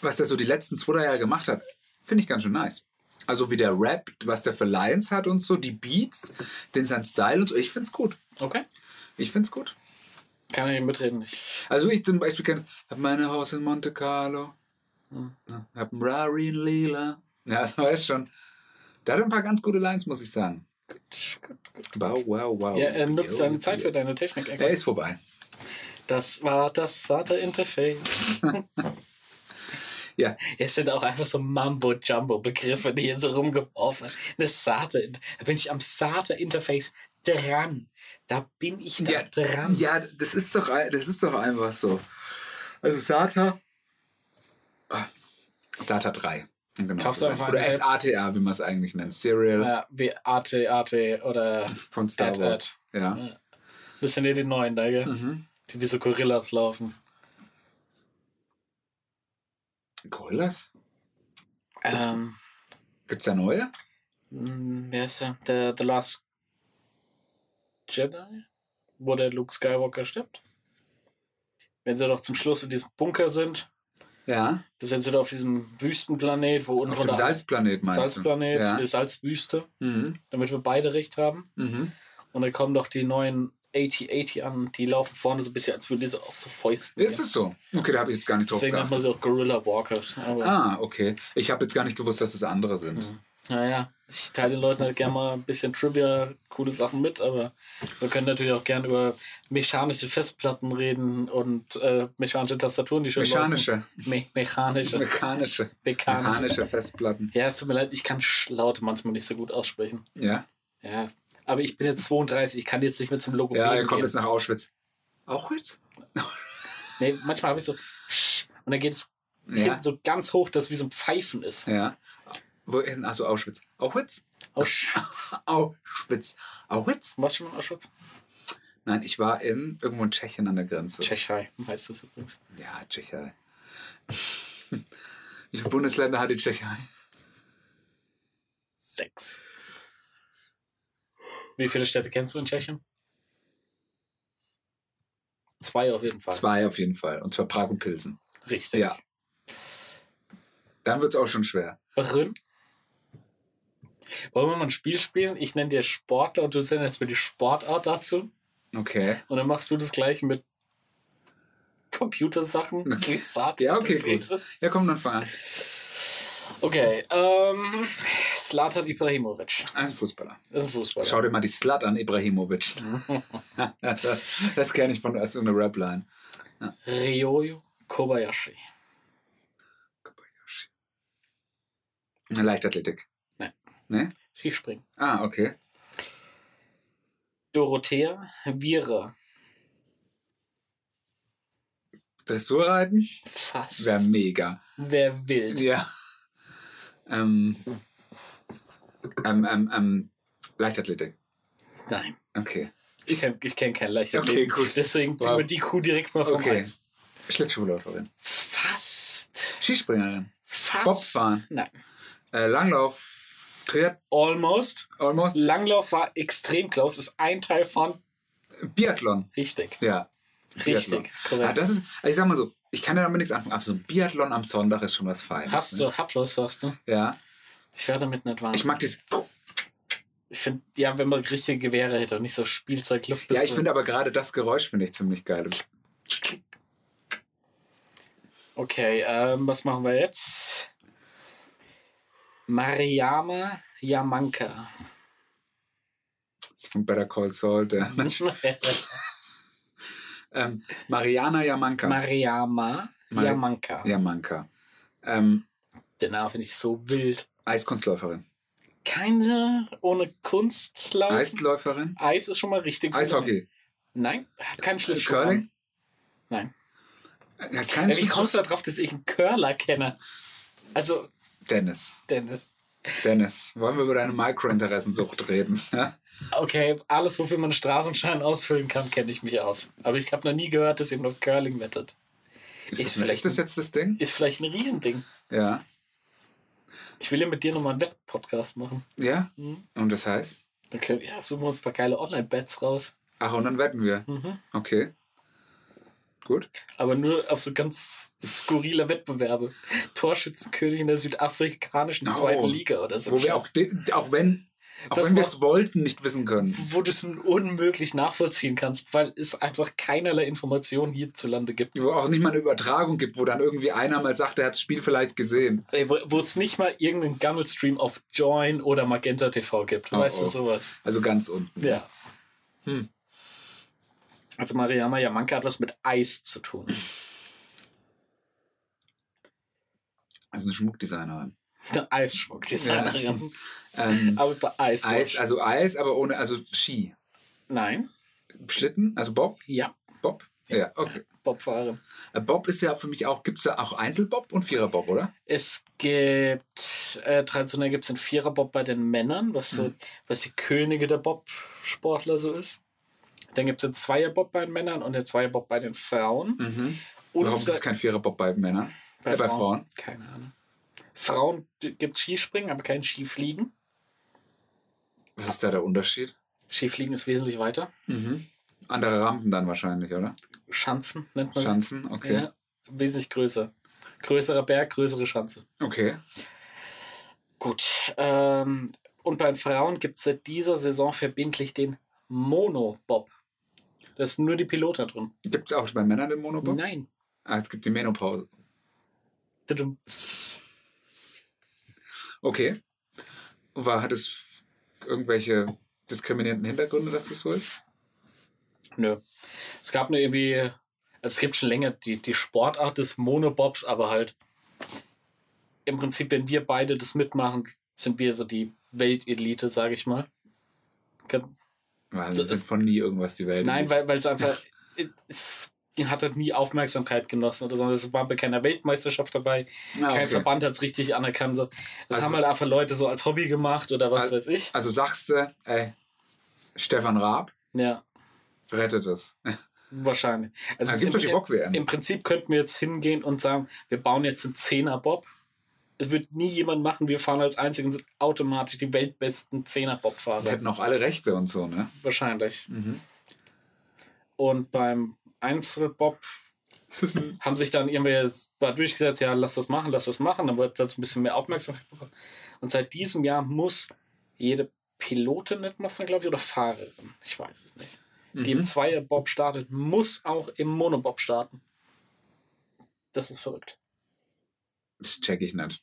was der so die letzten zwei, drei Jahre gemacht hat, finde ich ganz schön nice. Also wie der rappt, was der für Lines hat und so, die Beats, den sein Style und so. Ich finde es gut.
okay,
Ich finde es gut.
kann ich mitreden. Ich,
Also ich zum Beispiel kenne habe meine Haus in Monte Carlo,
Hm.
ne, hab ein Rari in Lila. Ja, (laughs) das weiß schon. Da hat er ein paar ganz gute Lines, muss ich sagen. Wow, wow, wow.
ja, er nutzt
Oh, Yo,
seine Zeit
yo.
für deine Technik. Engel.
Er ist vorbei.
Das war das SATA-Interface.
Ja,
Es sind auch einfach so Mambo-Jumbo-Begriffe, die hier so rumgeworfen werden. Das SATA, da bin ich am SATA-Interface dran. Da bin ich da
ja,
dran.
ja das, ist doch, ein- das ist doch einfach so. Also SATA. Ah, SATA 3. um Genau
Kaufst
zu
du
sein.
einfach
Oder
selbst?
SATA, wie man es eigentlich nennt. Serial
Ja, wie AT, AT oder
von Star
AT,
Wars.
AT.
Ja.
Das sind ja die neuen da, gell?
Mhm.
Die wie so Gorillas laufen.
Gorillas?
Ähm,
Gibt es da neue?
mh, Mm, wer ist der? The, The Last Jedi? Wo der Luke Skywalker stirbt? Wenn sie doch zum Schluss in diesem Bunker sind.
Ja.
Das sind sie da auf diesem Wüstenplanet, wo unten
Auf
von
dem
der
Salzplanet meinst
Salzplanet,
du? Ja.
die Salzwüste,
Mhm.
damit wir beide recht haben.
Mhm.
Und dann kommen doch die neuen AT-80 an, die laufen vorne so ein bisschen, als würden die so auf so Fäusten.
Ist es so? Okay, da habe ich jetzt gar nicht drauf
Deswegen nennt man
geachtet.
sie auch Gorilla Walkers. Aber,
Ah, okay. Ich habe jetzt gar nicht gewusst, dass es andere
Mhm.
sind.
Naja, ich teile den Leuten halt gerne mal ein bisschen Trivia, coole Sachen mit, aber wir können natürlich auch gerne über mechanische Festplatten reden und äh, mechanische Tastaturen, die schon
Mechanische.
laufen. Me (laughs) mechanische.
Mechanische.
Mechanische.
Mechanische Festplatten.
Ja, es tut mir leid, ich kann Schlaute manchmal nicht so gut aussprechen.
Ja.
Ja, aber ich bin jetzt 32, ich kann jetzt nicht mehr zum Logo
Ja, er kommt
gehen.
jetzt nach Auschwitz.
(laughs)
Auschwitz?
Nee, manchmal habe ich so Sch- und dann geht es
Ja.
hinten so ganz hoch, dass es wie so ein Pfeifen ist.
Ja. Wo, also Auschwitz. Auschwitz?
Auschwitz.
Auschwitz. Auschwitz?
Warst du schon mal in Auschwitz?
Nein, ich war in irgendwo in Tschechien an der Grenze.
Tschechei heißt das übrigens.
Ja, Tschechei. (laughs) Wie viele Bundesländer hat die Tschechei?
Sechs. Wie viele Städte kennst du in Tschechien? Zwei auf jeden Fall.
Zwei auf jeden Fall. Und zwar Prag und Pilsen.
Richtig.
Ja. Dann wird es auch schon schwer.
Brünn. Wollen wir mal ein Spiel spielen? Ich nenne dir Sportler und du nennst mir die Sportart dazu.
Okay.
Und dann machst du das gleiche mit Computersachen.
Okay.
Saat-
Ja, okay,
Interfaces.
gut. Ja, komm, dann fang an.
Okay, ähm, Slatan Ibrahimovic.
Also Fußballer.
Das ist ein Fußballer.
Schau dir mal die Slut
(laughs)
an, Ibrahimovic. das kenne ich von so einer Rapline.
Ryoyo Kobayashi.
Kobayashi. Na, Leichtathletik.
Nein.
Ne?
Skispringen.
Ah, okay.
Dorothea Viere.
Dressurreiten?
Fast.
Wäre mega.
Wer will.
Ja. Ähm, ähm, ähm, ähm, Leichtathletik.
Nein.
Okay.
Ich kenne ich kenn kein Leichtathletik.
Okay, gut.
Deswegen ziehen
Wow.
wir die Kuh direkt mal vom
Okay.
Eis.
Schlittschuhläuferin.
Fast.
Skispringerin.
Fast.
Bobfahren.
Nein.
Äh, Langlauf. Triat.
Almost.
Almost.
Langlauf war extrem close. Ist ein Teil von
Biathlon.
Richtig.
Ja.
Richtig.
Ah,
Korrekt.
das ist, ich sag mal so, ich kann ja damit nichts anfangen, aber so ein Biathlon am Sonntag ist schon was Feines.
Hast
ne?
du, hab was, sagst du?
Ja.
Ich werde damit nicht warm.
Ich
Ich,
mag dieses.
finde, ja, wenn man richtige Gewehre hätte und nicht so Spielzeug,
Ja,
Luftpistole.
ich finde aber gerade das Geräusch finde ich ziemlich geil.
Okay, ähm, was machen wir jetzt? Mariama Yamanka.
Das ist von Better Call Saul. Der, äh, (laughs) ähm, Mariana Yamanka.
(laughs) Mariama
Mar-
Yamanka.
Yamanka. Ähm,
Den Namen finde ich so wild.
Eiskunstläuferin.
Keine ohne Kunst laufen. Eis,
Eisläuferin.
ist schon mal richtig.
Eishockey.
Nein, hat keinen Schlittschuh.
Curling.
an. Nein.
Ja, kein
Ja, wie kommst du darauf, dass ich einen Curler kenne? Also,
Dennis.
Dennis.
Dennis, wollen wir über deine Mikrointeressensucht reden? (laughs)
Okay, alles, wofür man einen Straßenschein ausfüllen kann, kenne ich mich aus. Aber ich habe noch nie gehört, dass jemand auf Curling wettet.
Ist, das,
vielleicht-
vielleicht ist das jetzt das Ding?
Ist vielleicht ein Riesending.
Ja.
Ich will ja mit dir nochmal einen Wettpodcast machen.
Ja?
Mhm.
Und das heißt?
Dann können, ja, suchen wir uns ein paar geile Online-Bets raus.
Ach, und dann wetten wir.
Mhm.
Okay. Gut.
Aber nur auf so ganz skurrile Wettbewerbe. Torschützenkönig in der südafrikanischen
Oh.
zweiten Liga oder so.
Wo wir auch, de- auch wenn, auch
Das
wenn wir
war-
es wollten, nicht wissen können.
wo du es nun unmöglich nachvollziehen kannst, weil es einfach keinerlei Informationen hierzulande gibt.
Wo auch nicht mal eine Übertragung gibt, wo dann irgendwie einer mal sagt, er hat das Spiel vielleicht gesehen.
Ey, Wo wo es nicht mal irgendeinen Gammelstream auf Join oder Magenta TV gibt.
Oh,
weißt du
oh.
sowas?
Also ganz unten.
Ja.
Hm.
Also Mariama Yamanka hat was mit Eis zu tun. (laughs)
Das ist eine Schmuckdesignerin.
Eine Eisschmuckdesignerin.
Ähm,
Aber bei Eis.
Eis, also Eis, aber ohne, also Ski.
Nein.
Schlitten, also Bob,
Ja.
Bob. Ja, okay.
Bobfahrerin.
Äh, Bob ist ja für mich auch, gibt es da auch Einzelbob und Viererbob, oder?
Es gibt, äh, traditionell gibt es einen Viererbob bei den Männern, was so,
Mhm.
was die Könige der Bob-Sportler so ist. Dann gibt es einen Zweierbob bei den Männern und einen Zweierbob bei den Frauen.
Mhm.
Und
Warum
es-
gibt es kein Viererbob bei Männern?
bei,
äh, bei
Frauen.
Frauen?
Keine Ahnung. Frauen gibt es Skispringen, aber kein Skifliegen.
Was ist da der Unterschied?
Skifliegen ist wesentlich weiter.
Mhm. Andere Rampen dann wahrscheinlich, oder?
Schanzen nennt man
Schanzen,
sie.
okay.
Ja, wesentlich größer. Größerer Berg, größere Schanze.
Okay.
Gut. Ähm, und bei den Frauen gibt es seit dieser Saison verbindlich den Monobob. Da ist nur die Pilotin drin.
Gibt es auch bei Männern den Monobob?
Nein.
Ah, es gibt die Menopause.
Tudum.
Okay. War, hat es f- irgendwelche diskriminierenden Hintergründe, dass das so ist?
Nö. Es gab nur irgendwie, also es gibt schon länger die, die Sportart des Monobobs, aber halt im Prinzip, wenn wir beide das mitmachen, sind wir so die Weltelite, sage ich mal. Kann-
Weil
So
also sind
ist-
von nie irgendwas die Welt.
Nein, weil weil es einfach. es hat halt nie Aufmerksamkeit genossen oder so. Es war bei keiner Weltmeisterschaft dabei.
ah,
Kein
okay.
Verband hat es richtig anerkannt. So. Das
Also-
haben halt einfach Leute so als Hobby gemacht oder was
Also-
weiß ich.
Also sagst du, ey, Stefan Raab
Ja,
rettet es. (laughs)
wahrscheinlich. Also
Also gibt
im,
doch die Bock-WM.
im Prinzip könnten wir jetzt hingehen und sagen, wir bauen jetzt einen Zehner-Bob. Es wird nie jemand machen, wir fahren als einzigen sind automatisch die weltbesten
Die
Zehner-Bob-Fahrer.
hätten auch alle Rechte und
(laughs)
so, ne?
Wahrscheinlich.
Mhm.
Und beim Einzelbob
Mhm.
haben sich dann irgendwie mal durchgesetzt, ja, lass das machen, lass das machen. Dann wird das ein bisschen mehr Aufmerksamkeit bekommen. Und seit diesem Jahr muss jede Pilotin, nennt man es dann, glaube ich, oder Fahrerin, ich weiß es nicht, die im
Mhm.
Zweierbob startet, muss auch im Monobob starten. Das ist verrückt.
Das check ich nicht.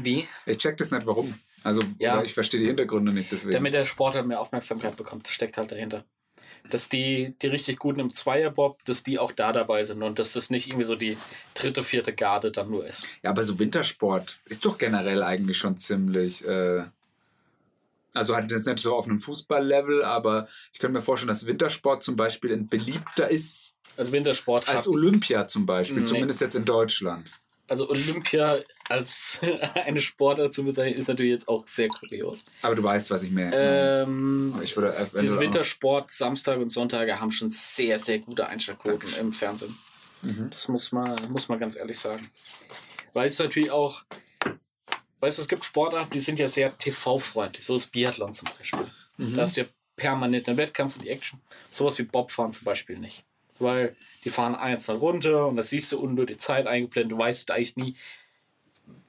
Wie?
Ich check das nicht, warum. Also
Ja.
weil ich verstehe die Hintergründe nicht, deswegen.
Damit der Sport halt mehr Aufmerksamkeit bekommt. Das steckt halt dahinter. Dass die, die richtig guten im Zweierbob, dass die auch da dabei sind und dass das nicht irgendwie so die dritte, vierte Garde dann nur ist.
ja, aber so Wintersport ist doch generell eigentlich schon ziemlich. Äh, also hat jetzt nicht so auf einem Fußballlevel, aber ich könnte mir vorstellen, dass Wintersport zum Beispiel ein beliebter ist
Also Wintersport hat,
als Olympia zum Beispiel,
Nee.
zumindest jetzt in Deutschland.
also Olympia als (laughs) eine Sportart zu bezeichnen, ist natürlich jetzt auch sehr kurios.
Aber du weißt, was ich meine.
Ähm,
Ich würde- wenn du
diese
auch-
Wintersport, Samstag und Sonntage haben schon sehr, sehr gute Einschaltquoten im Fernsehen.
Mhm.
Das muss man, muss man ganz ehrlich sagen. Weil es natürlich auch,
Mhm.
weißt du, es gibt Sportarten, die sind ja sehr TV-freundlich. So ist Biathlon zum Beispiel. Da hast du ja permanent ein Wettkampf und die Action. Sowas wie Bobfahren zum Beispiel nicht. Weil die fahren einzeln runter und das siehst du unten nur die Zeit eingeblendet. Du weißt eigentlich nie,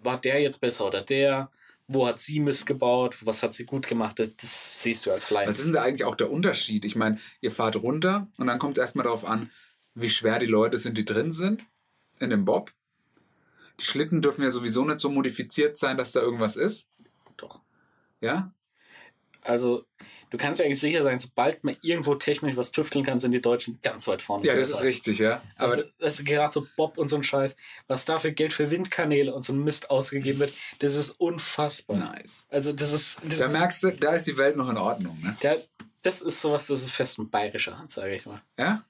war der jetzt besser oder der? Wo hat sie missgebaut? Was hat sie gut gemacht? Das, das siehst du als Laien.
Was ist denn da eigentlich auch der Unterschied? Ich meine, ihr fahrt runter und dann kommt es erstmal darauf an, wie schwer die Leute sind, die drin sind in dem Bob. Die Schlitten dürfen ja sowieso nicht so modifiziert sein, dass da irgendwas ist.
Doch.
Ja?
Also, du kannst ja eigentlich sicher sein, sobald man irgendwo technisch was tüfteln kann, sind die Deutschen ganz weit vorne.
Ja, das ist richtig, ja. Aber
also, also gerade so Bob und so ein Scheiß, was da für Geld für Windkanäle und so ein Mist ausgegeben wird, das ist unfassbar.
oh, nice.
Also, das ist. Das
Da
ist,
merkst du, da ist die Welt noch in Ordnung, ne?
da, das ist sowas, das ist fest ein bayerischer Hand, sage ich mal.
Ja?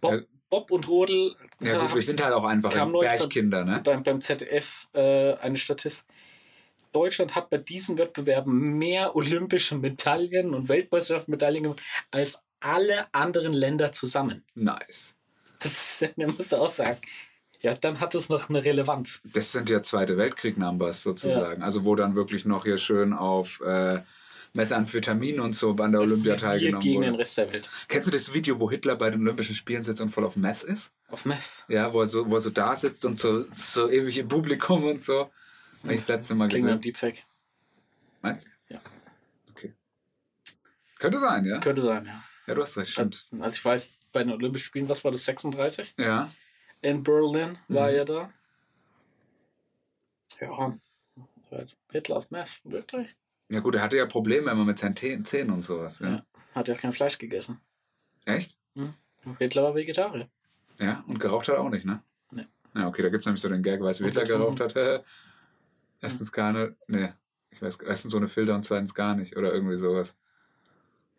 Bob,
Ja.
Bob und Rodel.
Ja,
da
gut,
hab
wir
ich
sind halt auch einfach
kam neulich dann-
Bergkinder, ne?
beim, beim ZDF äh, eine Statist. Deutschland hat bei diesen Wettbewerben mehr olympische Medaillen und Weltmeisterschaftsmedaillen gewonnen als alle anderen Länder zusammen.
Nice.
Das ist, (laughs) man musste auch sagen. Ja, dann hat es noch eine Relevanz.
Das sind ja Zweite Weltkrieg-Numbers sozusagen. Also, wo dann wirklich noch hier schön auf äh, Messeramphetamin und so an der Olympia
Wir
teilgenommen
gegen den
wurde.
Rest der Welt.
Kennst du das Video, wo Hitler bei den Olympischen Spielen sitzt und voll auf Meth ist?
Auf Meth.
Ja, wo er so, wo er so da sitzt und so, so ewig im Publikum und so. Habe ich das letzte Mal
Klingt nach einem
gesehen.
Deepfake.
Meinst du?
Ja.
Okay. Könnte sein, ja?
Könnte sein, ja.
Ja, du hast recht,
Also,
stimmt.
also ich weiß, bei den Olympischen Spielen, was war das, 36?
Ja.
In Berlin war
Mhm.
ja da. Ja. Hitler auf Meth, wirklich?
Ja, gut, er hatte ja Probleme immer mit seinen Tä- Zähnen und sowas. Ja.
Ja. Hat ja auch kein Fleisch gegessen.
Echt?
Hitler war Vegetarier.
Ja, und geraucht hat er auch nicht, ne?
Nee.
Ja, okay, da gibt es nämlich so den Gag, weißt du, wie
Und
Hitler geraucht hat. (laughs) erstens gar nicht, ne, ich weiß, erstens ohne Filter und zweitens gar nicht oder irgendwie sowas.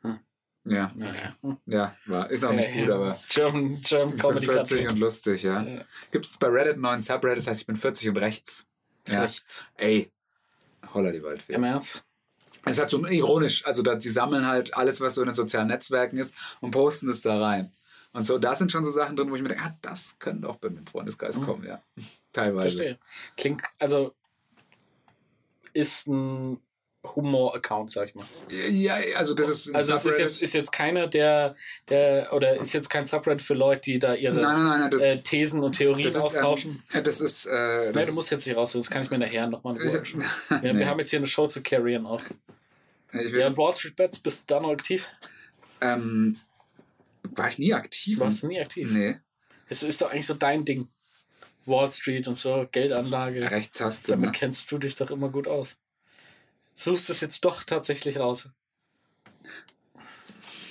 Hm.
Ja,
Naja.
ja, war, ist auch nicht
Ja,
gut,
ja.
aber
German, German
(laughs) ich bin
Comedy
40
Club.
und lustig, ja.
Ja.
Gibt es bei Reddit einen neuen Subreddit, das heißt, ich bin 40 und rechts. Ja.
Rechts.
Ey, holla die Waldfee.
Im Ernst?
Es ist halt so ironisch, also da, die sammeln halt alles, was so in den sozialen Netzwerken ist und posten es da rein. Und so, da sind schon so Sachen drin, wo ich mir denke, ah, das könnte auch bei mir im Freundeskreis
Mhm.
kommen, ja. Teilweise.
Verstehe. Klingt, also ist ein Humor-Account, sag ich mal.
Ja, also das ist ein
Also es ist
Subreddit.
jetzt, ist jetzt keiner, der, der, oder ist jetzt kein Subreddit für Leute, die da ihre
nein, nein, nein, nein, das,
äh, Thesen und Theorien
das ist,
austauschen.
ähm, äh, das ist, äh,
Nein,
das
du musst jetzt nicht rausholen, das kann ich mir nachher nochmal in
ich,
Ruhe anschauen.
(laughs)
wir, wir haben jetzt hier eine Show zu carryen auch.
ich will,
Ja, in Wall Street Bets bist du da noch aktiv?
ähm, war ich nie aktiv?
Warst du nie aktiv?
Nee,
Es ist doch eigentlich so dein Ding. Wall Street und so, Geldanlage.
Rechtstaste.
Damit
Ne?
kennst du dich doch immer gut aus. Suchst es jetzt doch tatsächlich raus.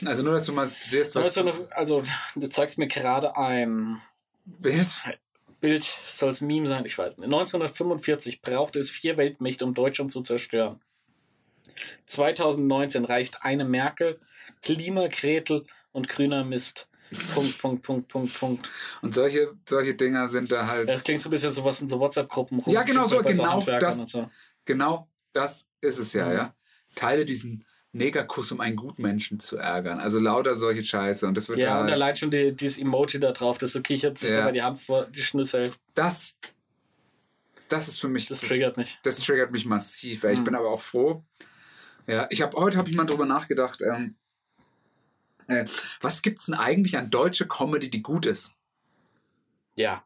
Also nur, dass du mal siehst, was
Also, eine, also, du zeigst mir gerade ein
Bild.
Bild, soll es ein Meme sein, ich weiß nicht. 1945 brauchte es vier Weltmächte, um Deutschland zu zerstören. 2019 reicht eine Merkel, Klima, Gretel und grüner Mist. Punkt, Punkt, Punkt, Punkt, Punkt.
Und solche, solche Dinger sind da halt.
Ja, Das klingt so ein bisschen so was in so WhatsApp-Gruppen
Ja, genau
rumgeschickt
so,
wird bei
genau
Handwerkern
das-
und so.
Genau das ist es ja,
Mhm.
ja. Teile diesen Negerkuss, um einen Gutmenschen zu ärgern. Also lauter solche Scheiße. Und das wird
Ja,
da
und
halt,
allein schon die, dieses Emoji da drauf, das so kichert sich
Ja.
dabei die Hand vor die Schnüssel.
das, das ist für mich,
Das
das,
triggert mich.
triggert mich massiv. Ey. Ich
Mhm.
bin aber auch froh. Ja, ich habe heute habe ich mal drüber nachgedacht. Ähm, äh, was gibt's denn eigentlich an deutsche Comedy, die gut ist?
Ja.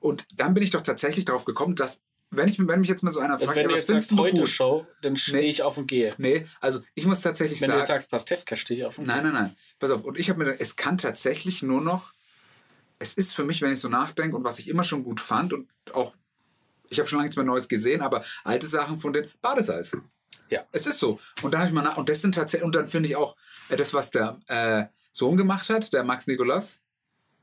Und dann bin ich doch tatsächlich darauf gekommen, dass wenn ich wenn mich jetzt mal so einer
Also
fragt,
wenn
ja,
du
was
jetzt
findest
sagst,
du
heute
gut?
Show, dann stehe ich auf und gehe.
Nee, also ich muss tatsächlich
Wenn du jetzt
sagen,
sagst, Pastewka, stehe ich auf und
Nein, nein, nein. Pass auf. Und ich habe mir gedacht, es kann tatsächlich nur noch, es ist für mich, wenn ich so nachdenke und was ich immer schon gut fand und auch, ich habe schon lange nichts mehr Neues gesehen, aber alte Sachen von den Badesalz.
Ja.
Es ist so. Und da habe ich mal nach, und das sind tatsächlich, und dann finde ich auch äh, das, was der äh, Sohn gemacht hat, der Max Nikolas,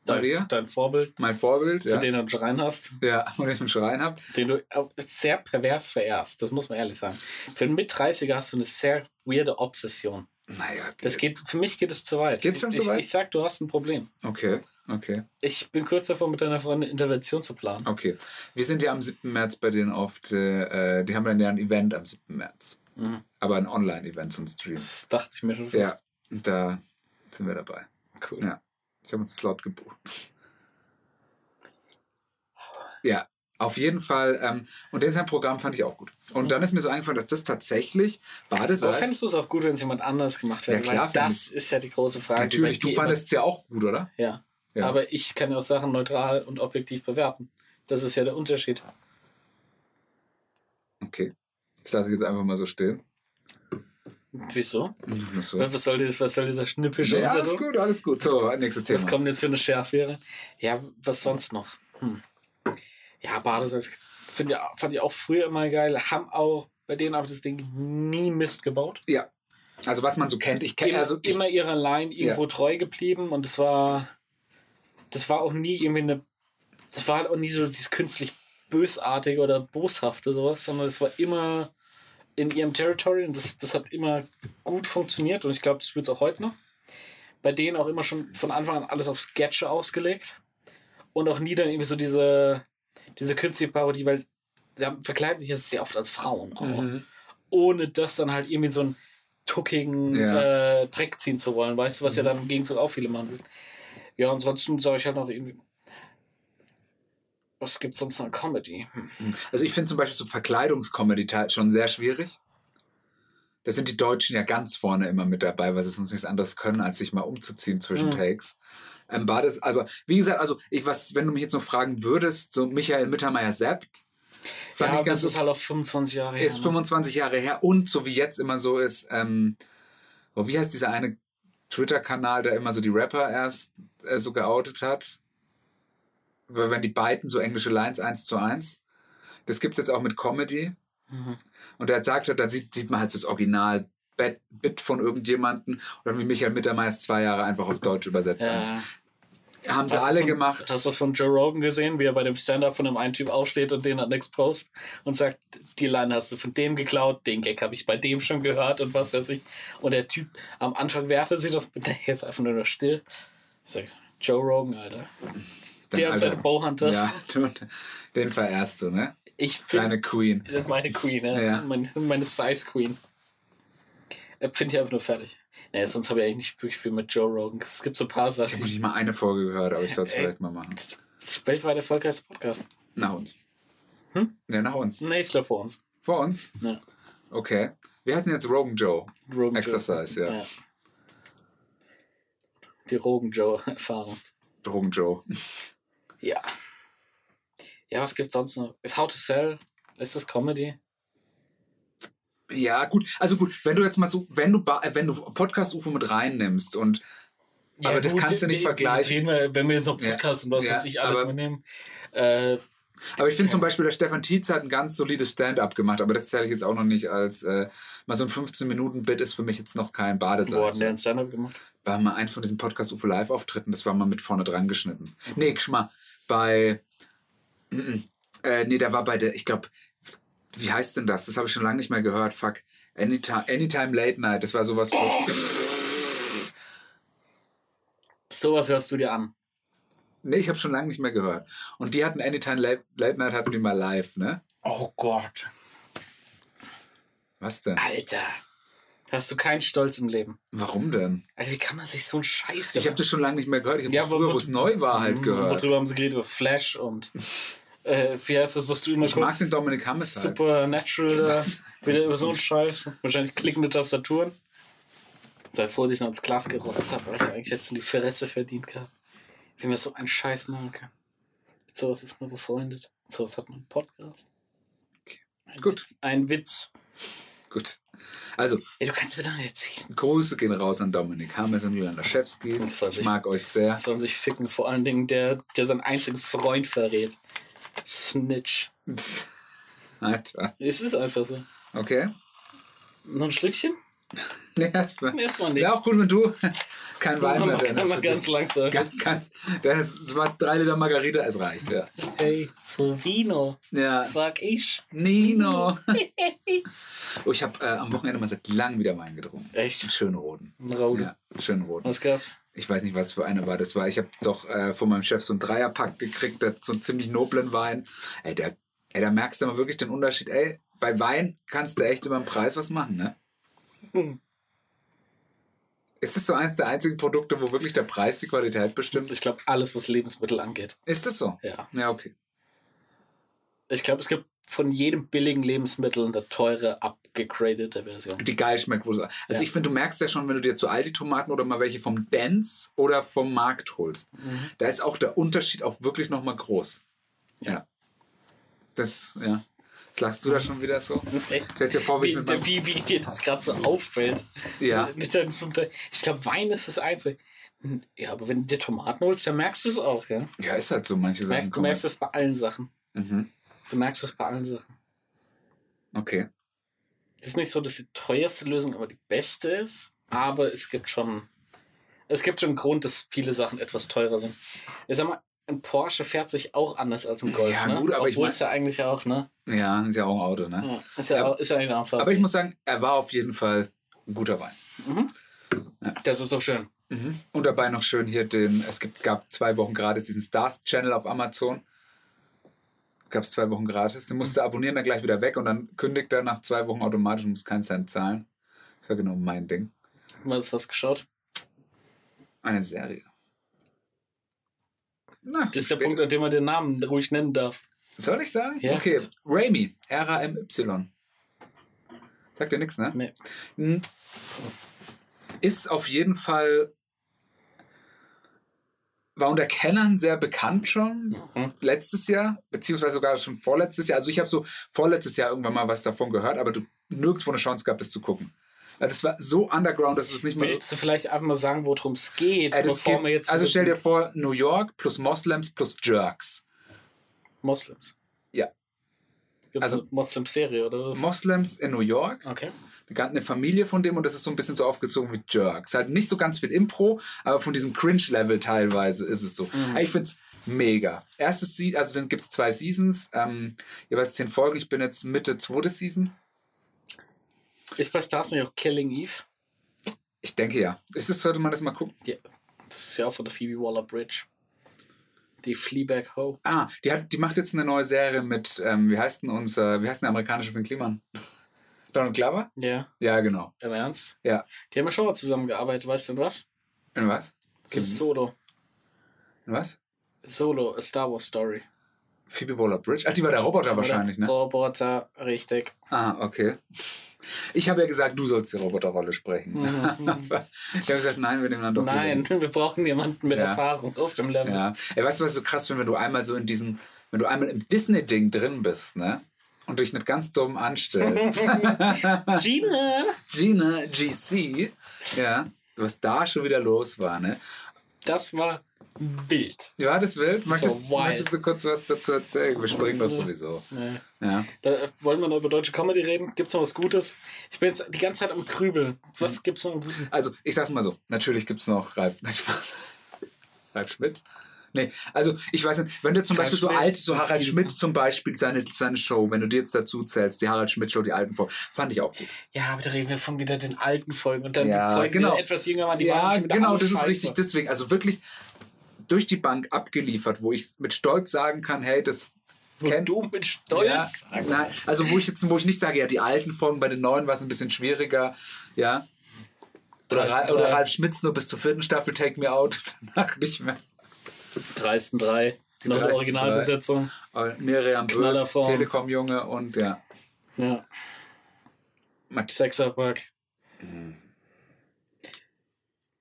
gehe.
Maria,
Dein, dein Vorbild,
mein Vorbild,
für
ja,
den du einen Schrein hast,
ja, (laughs) von dem ich einen Schrein habe.
den du auch sehr pervers verehrst. Das muss man ehrlich sagen. Für einen Mit-30er hast du eine sehr weirde Obsession.
Naja, geht.
Das geht, für mich geht es zu weit.
Geht's schon
ich,
zu weit?
Ich, ich sag, du hast ein Problem.
Okay, okay,
Ich bin kurz davor, mit deiner Freundin Intervention zu planen.
okay. Wir sind ja am 7. März bei denen auf, der, äh, die haben dann ja ein Event am 7. März.
Mhm.
Aber ein Online-Event zum Stream.
Das dachte ich mir schon
Ja,
fast.
und da sind wir dabei.
Cool.
Ja. Ich habe uns einen Slot gebucht. Ja, Auf jeden Fall. Ähm, und den sein Programm fand ich auch gut. Und dann ist mir so eingefallen, dass das tatsächlich
Aber
Badesalz.
fändest du es auch gut, wenn es jemand anders gemacht hätte?
Ja, klar,
Weil das ist ja die große Frage.
Natürlich,
über
du
die
fandest es ja auch gut, oder?
immer- Ja.
Ja.
Aber ich kann ja auch Sachen neutral und objektiv bewerten. Das ist ja der Unterschied.
Okay. Das lasse ich jetzt einfach mal so stehen.
Wieso?
Mhm, ist so.
Was soll, die- was soll dieser schnippische
Ja, alles
Unterton?
gut, alles gut. So, nächstes
Was
Thema.
kommt jetzt für eine Schärfere? Ja, was sonst noch? Hm. Ja, Badesalz find ja, fand ich auch früher immer geil. Haben auch bei denen auf das Ding nie Mist gebaut.
Ja. Also, was man so kennt, ich kenne
Immer,
also ich,
immer ihrer Line irgendwo treu geblieben und es war, das war auch nie irgendwie eine, das war halt auch nie so dieses künstlich bösartige oder boshafte sowas, sondern es war immer in ihrem Territory und das, das hat immer gut funktioniert und ich glaube, das wird es auch heute noch. Bei denen auch immer schon von Anfang an alles auf Sketche ausgelegt und auch nie dann irgendwie so diese, diese künstliche Parodie, weil sie haben, verkleiden sich jetzt sehr oft als Frauen auch
Mhm.
ohne das dann halt irgendwie so einen tuckigen äh, Dreck ziehen zu wollen, weißt du, was
Mhm.
ja dann im Gegenzug auch viele machen. Ja, ansonsten sage ich halt noch irgendwie. Was gibt sonst noch Comedy? Hm.
Also, ich finde zum Beispiel so Verkleidungscomedy schon sehr schwierig. Da sind die Deutschen ja ganz vorne immer mit dabei, weil sie sonst nichts anderes können, als sich mal umzuziehen zwischen
Mhm.
Takes. Ähm, war das, aber wie gesagt, also ich was, wenn du mich jetzt noch fragen würdest, so Michael Mittermeier Sepp,
Ja,
fand
aber
ich ganz
das ist halt auch 25 Jahre
ist
her. Ne?
25 Jahre her und so wie jetzt immer so ist, ähm, oh, wie heißt dieser eine Twitter-Kanal, der immer so die Rapper erst äh, so geoutet hat? Weil wenn die beiden so englische Lines eins zu eins. Das gibt's jetzt auch mit Comedy.
Mhm.
Und er sagt halt, da sieht, sieht man halt so das Original. Bit- Bit von irgendjemanden oder wie Michael Mittermeier ist zwei Jahre einfach auf Deutsch übersetzt. eins.
Ja.
Haben sie
Hast du
alle
von,
gemacht.
Hast du das von Joe Rogan gesehen, wie er bei dem Stand-Up von dem einen Typ aufsteht und den hat nichts post und sagt, die Line hast du von dem geklaut, den Gag habe ich bei dem schon gehört und was weiß ich. Und der Typ am Anfang wehrte sich das, (laughs) nee, ist einfach nur noch still. Ich sag, Joe Rogan, Alter.
Dann
der und
alle-
seine Bowhunters.
Ja, (laughs) du- den verehrst du, ne?
Ich
Deine
finde
Queen.
meine Queen, ja.
Ja.
Meine, meine Size Queen. Äh, Finde ich einfach nur fertig. Nee, sonst habe ich eigentlich nicht wirklich viel mit Joe Rogan. Es gibt so ein paar
Ich habe noch
Sachen.
nicht mal eine Folge gehört, aber ich soll es
Ey.
vielleicht mal machen.
Das ist weltweit erfolgreichster Podcast.
Nach uns.
Hm?
Ja, nach uns.
Nee, ich glaube vor uns.
Vor uns?
Ja.
Okay. Wir heißen jetzt Rogan Joe.
Rogan
Exercise,
Joe.
ja.
Die Rogan Joe-Erfahrung.
Rogan Joe.
Ja. Ja, was gibt sonst noch? Ist How to Sell? Ist das Comedy?
Ja, gut. Also gut, wenn du jetzt mal so, wenn du, Ba- äh, wenn du Podcast-UFO mit reinnimmst und Aber das kannst du nicht
jetzt
vergleichen.
Reden wir, wenn wir jetzt noch
Ja.
Podcast und was
Ja,
weiß ich alles
aber-
mitnehmen. Äh,
aber ich finde zum Beispiel, der Stefan Tietz hat ein ganz solides Stand-up gemacht, aber das zähle ich jetzt auch noch nicht als äh, mal so ein 15-Minuten-Bit ist für mich jetzt noch kein
wo hat
Badesalz.
denn der ein Stand-Up gemacht?
war mal ein von diesen Podcast UFO Live Auftritten, das war mal mit vorne dran geschnitten. Nee, guck mal, bei Mhm. äh, nee, da war bei der, ich glaube, wie heißt denn das? Das habe ich schon lange nicht mehr gehört. Fuck. Anytime, Anytime Late Night, das war sowas.
Sowas hörst du dir an.
Nee, ich habe schon lange nicht mehr gehört. Und die hatten Anytime Late, Late Night hatten die mal live, ne?
Oh Gott.
Was denn?
Alter. Hast du keinen Stolz im Leben.
Warum denn?
Alter, wie kann man sich so einen Scheiß
Ich habe das schon lange nicht mehr gehört. Ich habe
Ja,
das
wo-
früher,
wo-
wo es neu war, halt gehört.
Mhm, Worüber haben sie geredet? Über Flash und äh, wie heißt das, was du immer
Ich mag den Dominik Hammes halt.
Supernatural da. Wieder über so einen Scheiß. Wahrscheinlich klickende Tastaturen. Sei froh, dass ich noch ins Glas gerotzt habe, Alter. Eigentlich hättest du die Fresse verdient gehabt. Wie man so einen Scheiß machen kann. Mit sowas ist man befreundet. Mit sowas hat man einen Podcast. Ein
Gut.
Witz, ein Witz.
Gut. Also,
Ey, du kannst mir dann erzählen.
Grüße gehen raus an Dominik Hammes und Julian Laschewski.
Das soll
Ich
sich-
mag euch sehr.
sollen sich ficken. Vor allen Dingen der, der seinen einzigen Freund verrät. Snitch.
(laughs) Alter.
Es ist einfach so.
Okay. (laughs)
Noch ein Schlückchen?
Nee, erstmal.
Erstmal nicht.
Wäre auch gut, wenn du (laughs) kein Wein
Machen
mehr
wir
Dennis,
mal
für
ganz
dich.
langsam.
ganz, ganz. Dennis, es war drei Liter Margarita, es reicht. Ja.
Hey, so Vino,
ja.
sag ich. (laughs)
Nino. oh, ich habe äh, am Wochenende mal seit langem wieder Wein getrunken. Einen
Echt?
schönen roten.
Ein Raude.
Ja, einen schönen roten.
Was gab's?
Ich weiß nicht, was für einer war. Das war, ich habe doch äh, von meinem Chef so einen Dreierpack gekriegt, der, so einen ziemlich noblen Wein. Ey, da, ey, da merkst du mal wirklich den Unterschied. Ey, bei Wein kannst du echt über den Preis was machen, ne?
Hm.
Ist das so eins der einzigen Produkte, wo wirklich der Preis die Qualität bestimmt?
Ich glaube, alles, was Lebensmittel angeht.
Ist das so?
Ja.
Ja, okay.
Ich glaube, es gibt von jedem billigen Lebensmittel eine teure, abgegradete Version.
Die geil schmeckt. wo du- Also
Ja.
ich finde, du merkst ja schon, wenn du dir zu Aldi Tomaten oder mal welche vom Dance oder vom Markt holst.
Mhm.
Da ist auch der Unterschied auch wirklich nochmal groß. Ja. Das, ja. Jetzt lachst du
Mhm.
da schon wieder so?
Ey,
Stell dir vor, wie ich
Wie, (laughs)
mit meinem...
wie, wie dir das gerade so auffällt.
Ja.
Mit deinem Fünfter- ich glaube, Wein ist das Einzige. Hm, Ja, aber wenn du dir Tomaten holst, dann merkst du es auch, ja.
Ja, ist halt so. Manche
Du
Sachen
merkst, du
kommen.
merkst es bei allen Sachen.
Mhm.
Du merkst es bei allen Sachen.
Okay.
Es ist nicht so, dass die teuerste Lösung immer die beste ist, aber es gibt schon, es gibt schon einen Grund, dass viele Sachen etwas teurer sind. Ich sag mal, ein Porsche fährt sich auch anders als ein Golf,
Ja,
ne?
gut, aber ich
Obwohl
mein-
es ja eigentlich auch, ne?
Ja, ist ja auch ein Auto, ne?
Ja, ist ja,
Ja.
Auch, ist ja eigentlich auch ein Fahrrad.
Aber ich muss sagen, er war auf jeden Fall ein guter Wein.
Das ist doch schön.
Mhm. Und dabei noch schön hier den, es gibt, gab zwei Wochen gratis diesen Stars-Channel auf Amazon. Gab es zwei Wochen gratis. Den
Mhm.
musst du abonnieren, dann gleich wieder weg und dann kündigt er nach zwei Wochen automatisch und musst keinen Cent zahlen. Das war genau mein Ding.
Was hast du geschaut?
Eine Serie. Na,
Das ist der
später.
Punkt, an dem man den Namen ruhig nennen darf.
Soll ich sagen?
Ja.
Okay, Raimi, R-A-M-Y. Sagt dir nichts, ne?
Nee.
Hm. Ist auf jeden Fall. War unter Kennern sehr bekannt schon
Mhm.
letztes Jahr, beziehungsweise sogar schon vorletztes Jahr. Also, ich habe so vorletztes Jahr irgendwann mal was davon gehört, aber du nirgendwo eine Chance gehabt, das zu gucken. Also, das war so underground, dass es nicht mal.
Willst du vielleicht einfach mal sagen, worum es geht,
Äh, das
bevor
geht-
wir jetzt.
also, stell dir vor, New York plus Moslems plus Jerks.
Moslems.
Ja.
Gibt's
Also-
also eine Moslem-Serie, oder?
Moslems in New York
Okay.
eine Familie von dem und das ist so ein bisschen so aufgezogen wie Jerks. Halt nicht so ganz viel Impro, aber von diesem Cringe-Level teilweise ist es so. Aber Ich find's mega. Erstes Se also dann gibt's zwei Seasons, ähm, jeweils zehn Folgen. Ich bin jetzt Mitte zweite Season.
Ist bei Stars nicht auch Killing Eve?
Ich denke ja. Ist es, sollte man das mal gucken?
Ja. Das ist ja auch von der Phoebe Waller Bridge. Die Fleabag Ho.
Ah, die, hat, die macht jetzt eine neue Serie mit, ähm, wie heißt denn unser, wie heißt denn der amerikanische Finn Kliman? (laughs) Donald Glover?
Ja,
Ja, genau.
im Ernst?
Ja.
Die haben ja schon mal zusammengearbeitet, weißt du was?
In was?
Das ist Solo.
In was?
Solo, A Star Wars Story.
Phoebe Waller-Bridge? Ach, die war der Roboter wahrscheinlich,
Oder?
ne?
Roboter, richtig.
Ah, okay. Ich habe ja gesagt, du sollst die Roboterrolle sprechen. (laughs) Aber ich habe gesagt, nein, wir nehmen dann doch
Mhm, Nein, (laughs) wir brauchen jemanden mit
Ja.
Erfahrung auf dem
wieder
Level.
den. Ja. Ey, weißt du, was so krass finde, wenn du einmal so in diesem, wenn du einmal im Disney-Ding drin bist, ne? Und dich nicht ganz
(laughs)
dumm anstellst.
Gina!
Gina, GC, ja, was da schon wieder los war, ne?
Das war wild.
War das wild? Möchtest,
wild. Mhm.
möchtest du kurz was dazu erzählen? Wir springen doch sowieso.
Ja.
Ja.
Da äh, wollen wir noch über deutsche Comedy reden. Gibt's noch was Gutes? Ich bin jetzt die ganze Zeit am Grübeln. Was gibt's noch? am Grübeln?
Also, ich sag's mal so: Natürlich gibt's noch Ralf. (laughs) Nein, Spaß. Ralf Schmitz? Nee, also ich weiß nicht, wenn du zum
Ralf
Beispiel so
Schmitz,
alt, so Harald
die-
Schmidt zum Beispiel, seine, seine Show, wenn du dir jetzt dazu zählst, die Harald Schmidt Show, die alten Folgen, fand ich auch gut.
Ja, aber da reden wir von wieder den alten Folgen und dann
Ja,
die Folgen,
genau.
die etwas jünger waren. Die waren
ja,
schon wieder
genau,
alle
das ist
scheiße.
richtig. Deswegen, also wirklich durch die Bank abgeliefert, wo ich mit Stolz sagen kann, hey, das
Wo
kennt
du mit Stolz.
Ja, nein, also wo ich jetzt, wo ich nicht sage, ja, die alten Folgen bei den neuen war es ein bisschen schwieriger, ja. Oder,
Dreisten
Ra oder
drei.
Ralf Schmitz nur bis zur vierten Staffel Take Me Out, (laughs) danach nicht mehr.
Dreisten drei.
Die
Noch
dreisten
Originalbesetzung.
Aber Miriam Bös,
Knallerfrau.
Telekom-Junge und ja.
Ja.
Max-
Sechserpack.
Mhm.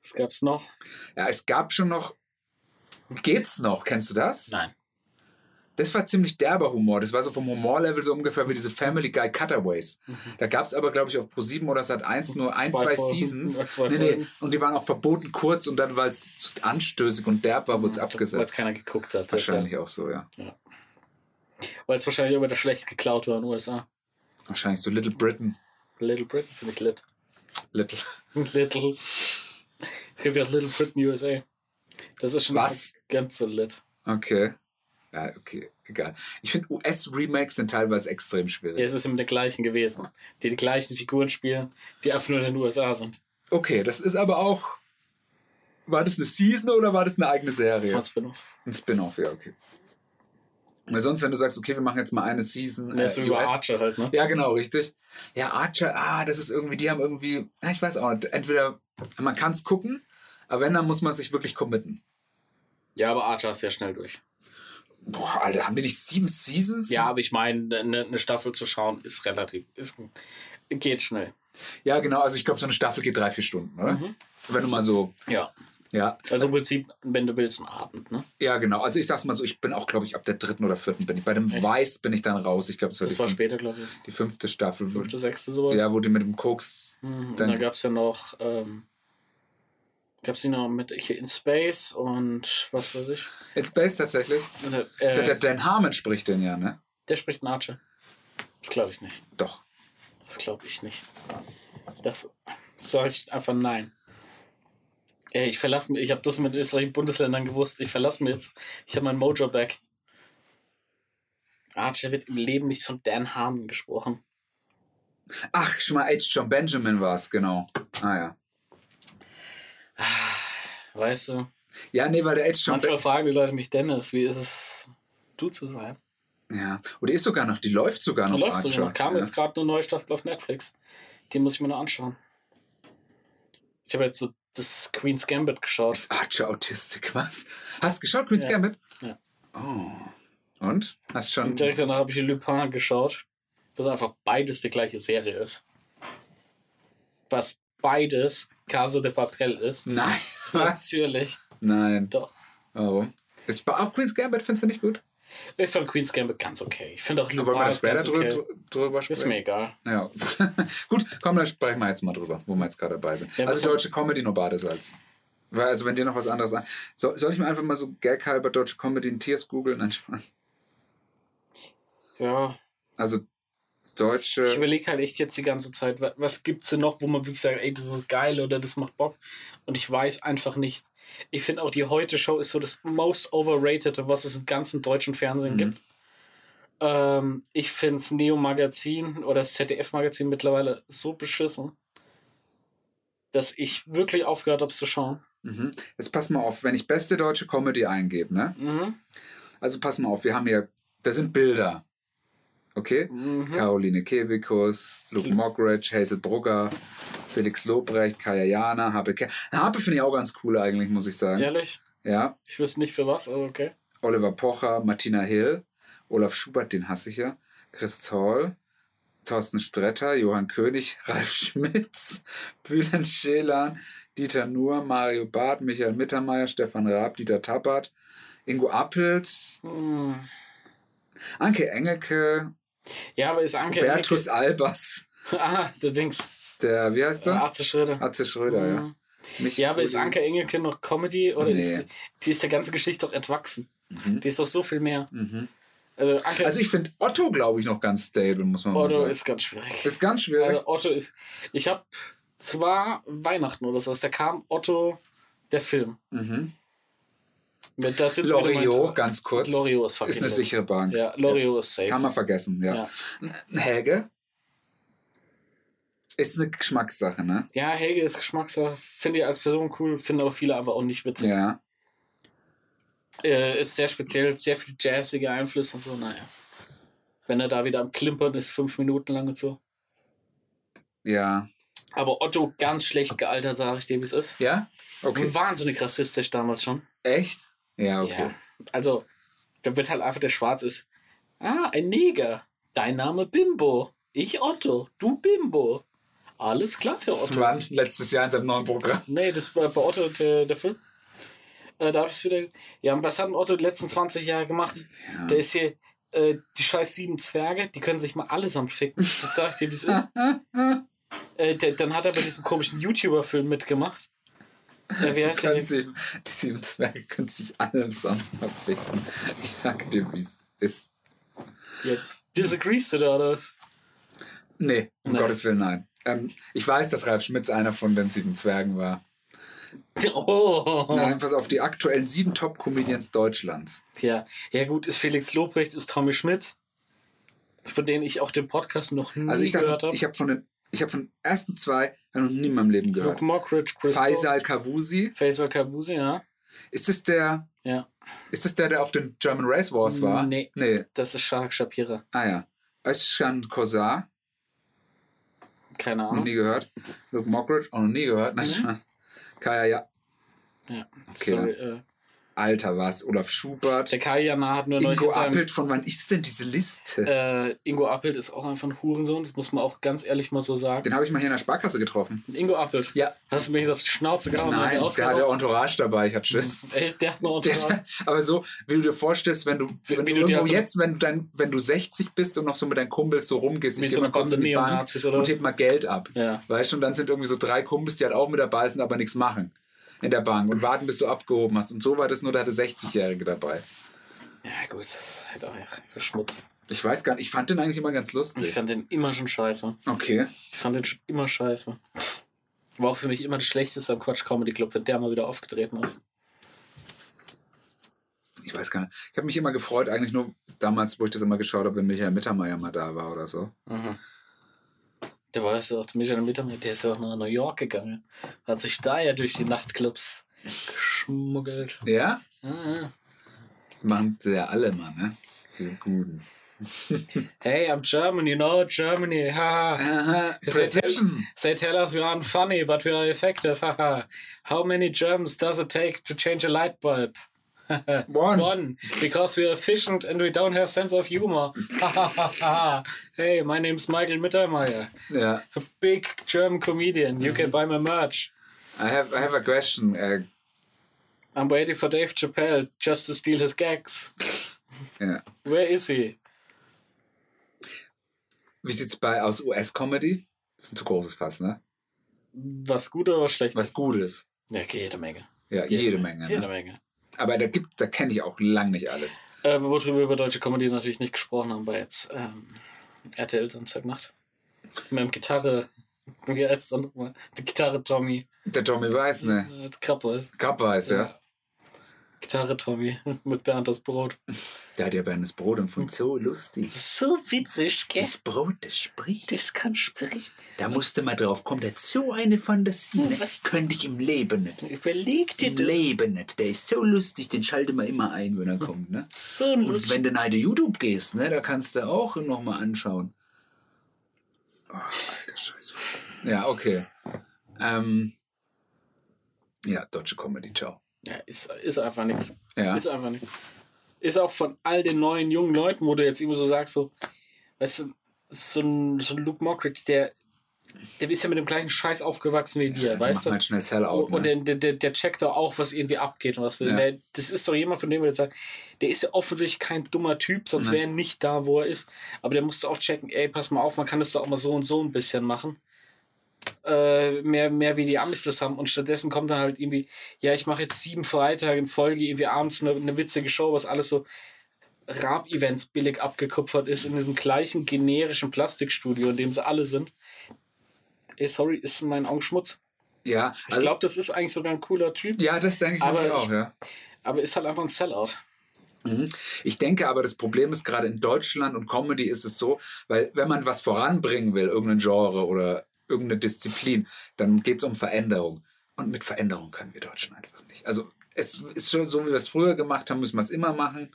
Was gab's noch?
Ja, es gab schon noch. Geht's noch? Kennst du das?
Nein.
Das war ziemlich derber Humor. Das war so vom Humorlevel so ungefähr wie diese Family Guy Cutaways. Da gab es aber, glaube ich, auf Pro7 oder Sat1 nur ein, zwei,
Mhm. Zwei Folgen.
Seasons.
Ja, zwei
nee, nee.
Folgen.
Und die waren auch verboten kurz und dann, weil es zu anstößig und derb war, wurde es
Weil es
abgesetzt.
keiner geguckt hat.
Wahrscheinlich auch so, ja.
Weil es wahrscheinlich auch wieder schlecht geklaut war in den USA.
Wahrscheinlich so Little Britain.
Little Britain finde ich lit. (laughs)
Little. (laughs)
Little. Es gibt ja auch Little Britain USA. Das ist schon
Was?
ganz so lit.
Okay. Ja, okay, egal. Ich finde, US-Remakes sind teilweise extrem schwierig.
Ja, es ist immer der gleichen gewesen, die die gleichen Figuren spielen, die einfach nur in den USA sind.
Okay, das ist aber auch. War das eine Season oder war das eine eigene
Das
Serie?
war ein Spin-off.
Ein Spin-off, ja, okay. Weil sonst, wenn du sagst, okay, wir machen jetzt mal eine Season.
Ja, so
äh,
über
US.
Archer halt, ne?
Ja, genau, richtig. Ja, Archer, ah, das ist irgendwie, die haben irgendwie, ah, ich weiß auch nicht, entweder man kann es gucken, aber wenn, dann muss man sich wirklich committen.
Ja, aber Archer ist ja schnell durch.
Boah, Alter, haben die nicht sieben Seasons?
Ja, aber ich meine, eine ne Staffel zu schauen ist relativ, ist, geht schnell.
Ja, genau. Also ich glaube, so eine Staffel geht drei, vier Stunden, oder?
Mhm.
Wenn du mal so,
Ja.
ja,
Also im Prinzip, wenn du willst, ein Abend, ne?
ja, genau. Also ich sag's mal so, ich bin auch, glaube ich, ab der dritten oder vierten bin ich. Bei dem
Echt?
Weiß bin ich dann raus. Ich glaube, es war,
Das
die,
war
fün-
später, glaube ich.
die fünfte Staffel.
Fünfte, sechste sowas.
Ja, wo die mit dem Koks.
Mhm, Und
dann-
da gab es ja noch, ähm, gab es die noch mit hier in Space und was weiß ich.
In Space tatsächlich. Ich glaub,
Äh,
der Dan Harmon spricht den ja, ne?
der spricht Natsche. Das glaube ich nicht.
Doch.
Das glaube ich nicht. Das sage ich einfach nein. Ey, ich verlasse mich, ich habe das mit österreichischen Bundesländern gewusst. Ich verlasse mich jetzt. Ich habe mein Mojo back. Archer wird im Leben nicht von Dan Harmon gesprochen.
Ach, schon mal H. John Benjamin war es, genau. Ah ja.
Weißt du?
Ja, nee, weil der H. John
Manchmal
Benjamin.
fragen die Leute mich, Dennis, wie ist es, du zu sein?
Ja. Und die ist sogar noch, die läuft sogar
Die
noch.
läuft sogar
Archer.
noch. Kam
ja.
jetzt gerade eine neue Staffel auf Netflix. Die muss ich mir noch anschauen. Ich habe jetzt so das Queen's Gambit geschaut.
Ist Archer Autistik, was? Hast du geschaut, Queen's
Ja.
Gambit?
Ja.
Oh. Und? Hast schon.
Und direkt danach habe ich Lupin geschaut. Was einfach beides die gleiche Serie ist. Was beides Casa de Papel ist.
Nein. Was?
Natürlich.
Nein.
Doch.
Warum? Ist auch Queen's Gambit, findest du nicht gut?
Ich fand Queen's Gambit ganz okay. Ich finde auch
Aber
Lupin
wollen wir da
Ah, ist
später
ganz
drüber,
okay.
drü- drüber
Ist
sprechen?
mir egal.
Ja. (laughs) Gut, komm, dann sprechen wir jetzt mal drüber, wo wir jetzt gerade dabei sind.
Ja,
also
bevor-
deutsche Comedy nur Badesalz. Weil, also wenn dir noch was anderes an. So, soll ich mir einfach mal so gaghalber deutsche Comedy in Tiers googeln? Nein, Spaß.
Ja.
Also
Ich
deutsche.
überlege halt echt jetzt die ganze Zeit, wa- was gibt's denn noch, wo man wirklich sagt, ey, das ist geil oder das macht Bock. Und ich weiß einfach nicht. Ich finde auch die Heute-Show ist so das most overrated, was es im ganzen deutschen Fernsehen
Mhm.
gibt. Ähm, ich finde das Neo-Magazin oder das ZDF-Magazin mittlerweile so beschissen, dass ich wirklich aufgehört habe es zu schauen.
Mhm. Jetzt pass mal auf, wenn ich beste deutsche Comedy eingebe, ne?
Mhm.
Also pass mal auf, wir haben hier. Da sind Bilder. Okay?
Mhm. Hm.
Caroline Kebekus, Luke Mockridge, Hazel Brugger, Felix Lobrecht, Kaya Jana, Habe Ke Habe finde ich auch ganz cool eigentlich, muss ich sagen.
Ehrlich?
ja.
Ich wüsste nicht für was, aber okay.
Oliver Pocher, Martina Hill, Olaf Schubert, den hasse ich ja, Chris Toll, Thorsten Stretter, Johann König, (laughs) Ralf Schmitz, Bülent Schelan, Dieter Nuhr, Mario Barth, Michael Mittermeier, Stefan Raab, Dieter Tappert, Ingo Appelt,
Mhm.
Anke Engelke,
Ja, aber ist Anke.
Bertus Albers,
(laughs) Ah, du denkst,
der, wie heißt er?
80 Schritte.
Atze Schröder,
Mhm.
ja. Mich
Ja, aber ist Anke Engelke noch Comedy oder
Nee.
ist die, die ist der ganzen Geschichte doch entwachsen?
Mhm.
Die ist doch so viel mehr.
Mhm.
Also Anke
Also ich finde Otto, glaube ich, noch ganz stable, muss man mal
Otto
sagen.
ist ganz schwierig.
ist ganz schwierig.
Also Otto ist. Ich habe zwar Weihnachten oder sowas, da kam Otto der Film.
mhm.
Wenn Das jetzt wieder
Loriot,
mein-
ganz kurz,
Loriot ist fucking
ist eine
lit.
sichere Bank.
Ja, Loriot ist safe.
Kann man vergessen, ja.
Ja.
Helge? Ist eine Geschmackssache, ne?
ja, Helge ist Geschmackssache. Finde ich als Person cool, finde aber viele aber auch nicht witzig.
Ja.
Äh, ist sehr speziell, sehr viel jazzige Einflüsse und so, naja. Wenn er da wieder am Klimpern ist, fünf Minuten lang und so.
Ja.
Aber Otto ganz schlecht gealtert, sage ich dir, wie es ist.
Ja? Okay.
Wahnsinnig rassistisch damals schon.
Echt? Ja, okay.
Ja. Also, da wird halt einfach der Schwarz ist. Ah, ein Neger. Dein Name Bimbo. Ich Otto. Du Bimbo. Alles klar, Herr Otto.
Wann? Letztes Jahr in seinem neuen Programm.
Nee, das war bei Otto der, der Film. Äh, da habe ich es wieder. Ja, und was hat denn Otto die letzten 20 Jahre gemacht? Der ist hier. äh, Die scheiß sieben Zwerge, die können sich mal allesamt ficken. Das sag ich dir, wie es
(laughs)
ist. Äh, der, dann hat er bei diesem komischen YouTuber-Film mitgemacht. Äh, wie
Die,
heißt der?
können sich, die sieben Zwerge können sich alle im Sommer ficken. Ich sag dir, wie es ist.
Ja, disagreest du da oder was?
Nee, um
Nein.
Gottes Willen, nein. Ähm, ich weiß, dass Ralf Schmitz einer von den sieben Zwergen war.
(laughs) Oh.
Nein, pass auf, die aktuellen sieben Top-Comedians Deutschlands.
Ja. ja, gut, ist Felix Lobrecht, ist Tommy Schmidt, von denen ich auch den Podcast noch nie
Also ich sag,
gehört habe.
ich habe von den ich hab von den ersten zwei noch nie in meinem Leben gehört.
Luke Mockridge, Chris
Faisal Kavusi.
Faisal Kabusi, ja.
Ist das der,
Ja,
ist das der, der auf den German Race Wars war?
Nee.
Nee.
das ist Shahak Shapira.
Ah ja. Özcan Kosar,
Keine
noch
Ahnung.
nie gehört. (laughs) Luke Mockridge, auch noch nie gehört. Nein,
Mhm.
Spaß. Kaya, ja.
Ja.
Okay,
Sorry, äh,
Alter, was? Olaf Schubert,
Der Kai Jana hat nur neulich
Ingo
in seinem
Appelt, von wann ist denn diese Liste?
äh, Ingo Appelt ist auch einfach ein Hurensohn, das muss man auch ganz ehrlich mal so sagen.
Den habe ich mal hier in der Sparkasse getroffen.
Ingo Appelt.
Ja.
Hast du mir jetzt auf die Schnauze gehauen? und
Nein,
mir
der hatte
ausgeraubt?
Entourage dabei, ich hatte Schiss.
Echt, der hat nur
Der,
Autogramm.
aber so, wie du dir vorstellst, wenn du,
Wie-
wenn
wie
du,
du dir
irgendwo
also-
jetzt, wenn du, dein, wenn du 60 bist und noch so mit deinen Kumpels so rumgehst,
Mit
ich
so
geh mal
einer
kurz
Gotze
in die Bank
Neonazis oder
und
was?
heb mal Geld ab.
Ja.
Weißt du, und dann sind irgendwie so drei Kumpels, die halt auch mit dabei sind, aber nichts machen in der Bank und warten, bis du abgehoben hast. Und so war das nur, da hatte 60-Jährige dabei.
Ja, gut, das ist halt auch ja, Schmutz.
Ich weiß gar nicht, ich fand den eigentlich immer ganz
Ich
lustig.
fand den immer schon scheiße.
Okay.
Ich fand den schon immer scheiße. War auch für mich immer das Schlechteste am Quatsch Comedy Club, wenn der mal wieder aufgetreten ist.
Ich weiß gar nicht. Ich habe mich immer gefreut, eigentlich nur damals, wo ich das immer geschaut habe, wenn Michael Mittermeier mal da war oder so.
Mhm. Der war ja auch der Michael Mittermeier, der ist ja auch nach New York gegangen. Hat sich da ja durch die Nachtclubs geschmuggelt. Ah,
Ja?
Ja, ja.
Das machen sie ja alle mal, ne? Die Guten.
Hey, I'm German, you know Germany. Haha.
Aha,
Ist ja
Precision.
They tell us we aren't funny, but we are effective. Haha. How many Germans does it take to change a light bulb?
One.
One, because we're efficient and we don't have sense of humor. hey, my name's Michael Mittermeier,
Ja.
a big German comedian. You can buy my merch.
I have, I have a question. Äh,
I'm waiting for Dave Chappelle just to steal his gags.
ja.
Where is he?
Wie sieht's bei aus US-Comedy? Das ist ein zu großes Fass, ne?
Was gut oder was schlecht?
Was Gutes.
Ja, okay, jede Menge.
Ja, jede, Menge.
Jede
Ne?
Menge.
Aber da gibt, da kenne ich auch lang nicht alles.
Äh, worüber wir über deutsche Comedy natürlich nicht gesprochen haben, war jetzt ähm, RTL Samstagnacht. Mit dem Gitarre. Wie heißt es dann nochmal? Der Gitarre Tommy.
Der Tommy weiß, ne?
Äh, Krabbe ist.
Krab weiß, ja.
Gitarre Tommy (laughs) mit Bernd das Brot.
Da hat ja Bernes Brot
Hm.
empfunden. So lustig.
So witzig, gell?
Das Brot, das spricht.
Das kann sprich.
Da musste man drauf kommen, der hat so eine Fantasie. Ne?
Hm, Was?
Könnte ich im Leben nicht.
Überleg dir
Im
das.
Leben nicht. Der ist so lustig, den schalte man immer ein, wenn er kommt, ne?
So
Und
lustig.
wenn du nach YouTube gehst, ne, da kannst du auch nochmal anschauen. Oh, alter Scheißfuchs. Ja, okay. Ähm, ja, deutsche Comedy, ciao.
Ja, ist, ist einfach nichts.
Ja.
Ist einfach nichts. Ist auch von all den neuen jungen Leuten, wo du jetzt immer so sagst, so, weißt du, so ein, so ein Luke Mockridge, der, der ist ja mit dem gleichen Scheiß aufgewachsen wie wir,
Die
weißt
machen
du?
halt schnell Sellout.
Und
Ne?
der, der- der, der checkt doch auch, was irgendwie abgeht und was will.
Ja.
Der, das ist doch jemand, von dem wir jetzt sagen, der ist ja offensichtlich kein dummer Typ, sonst
Nein.
wäre er nicht da, wo er ist. Aber der musste auch checken, ey, pass mal auf, man kann das doch auch mal so und so ein bisschen machen. Äh, mehr, mehr wie die Amis das haben. Und stattdessen kommt dann halt irgendwie, ja, ich mache jetzt sieben Freitage in Folge, irgendwie abends eine, eine witzige Show, was alles so Raab-Events billig abgekupfert ist, in diesem gleichen generischen Plastikstudio, in dem sie alle sind. Ey, sorry, ist in meinen Augen Schmutz.
Ja, also
Ich glaube, das ist eigentlich sogar ein cooler Typ,
ja, das denke ich
Aber
nämlich
ich-
auch, ja.
aber ist halt einfach ein Sellout.
Mhm. Ich denke aber, das Problem ist gerade in Deutschland und Comedy ist es so, weil wenn man was voranbringen will, irgendein Genre oder irgendeine Disziplin, dann geht es um Veränderung. Und mit Veränderung können wir Deutschen einfach nicht. Also es ist schon so, wie wir es früher gemacht haben, müssen wir es immer machen.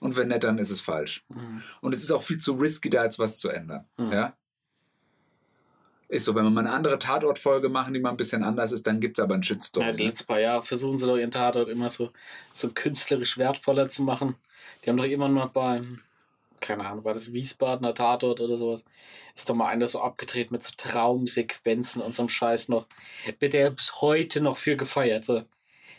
Und wenn nicht, dann ist es falsch.
Mhm.
Und es ist auch viel zu risky, da jetzt was zu ändern. Ja? Ist so, wenn wir mal eine andere Tatortfolge machen, die mal ein bisschen anders ist, dann gibt es aber einen Shitstorm. ne?
Ja, die letzten paar Jahre versuchen sie doch ihren Tatort immer so, so künstlerisch wertvoller zu machen. Die haben doch immer mal beim, keine Ahnung, war das Wiesbadener Tatort oder sowas, ist doch mal einer so abgedreht mit so Traumsequenzen und so einem Scheiß noch. Wird der bis heute noch für gefeiert. So.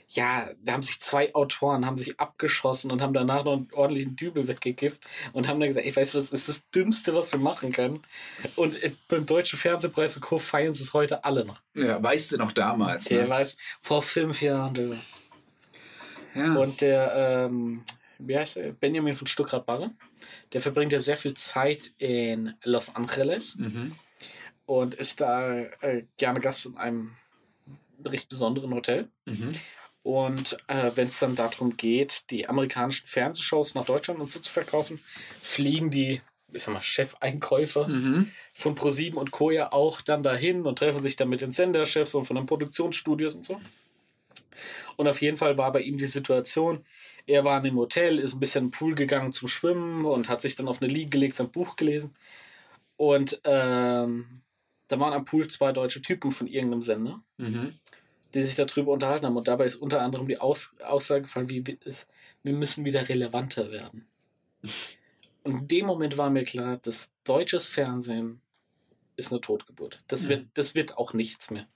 Ja, da haben sich zwei Autoren, haben sich abgeschossen und haben danach noch einen ordentlichen Dübel weggekifft und haben dann gesagt, ich weiß was, das ist das Dümmste, was wir machen können. Und äh, beim Deutschen Fernsehpreis und Co. feiern sie es heute alle noch.
ja, weißt du noch damals.
Der
Ne?
weiß, vor fünf Jahren, du.
Ja.
Und der, ähm, wie heißt er? Benjamin von Stuckrad-Barre. Der verbringt ja sehr viel Zeit in Los Angeles
mhm.
und ist da äh, gerne Gast in einem recht besonderen Hotel.
Mhm.
Und äh, wenn es dann darum geht, die amerikanischen Fernsehshows nach Deutschland und so zu verkaufen, fliegen die, ich sag mal, Chefeinkäufer
Mhm.
von ProSieben und Co. ja auch dann dahin und treffen sich dann mit den Senderchefs und von den Produktionsstudios und so. Und auf jeden Fall war bei ihm die Situation, er war in dem Hotel, ist ein bisschen im Pool gegangen zum Schwimmen und hat sich dann auf eine Liege gelegt, sein Buch gelesen. Und ähm, da waren am Pool zwei deutsche Typen von irgendeinem Sender
Mhm.
die sich darüber unterhalten haben. Und dabei ist unter anderem die Aus Aussage gefallen, wie wir- es, wir müssen wieder relevanter werden. Und in dem Moment war mir klar, dass deutsches Fernsehen ist eine Totgeburt. Das,
Mhm.
wird, das wird auch nichts mehr.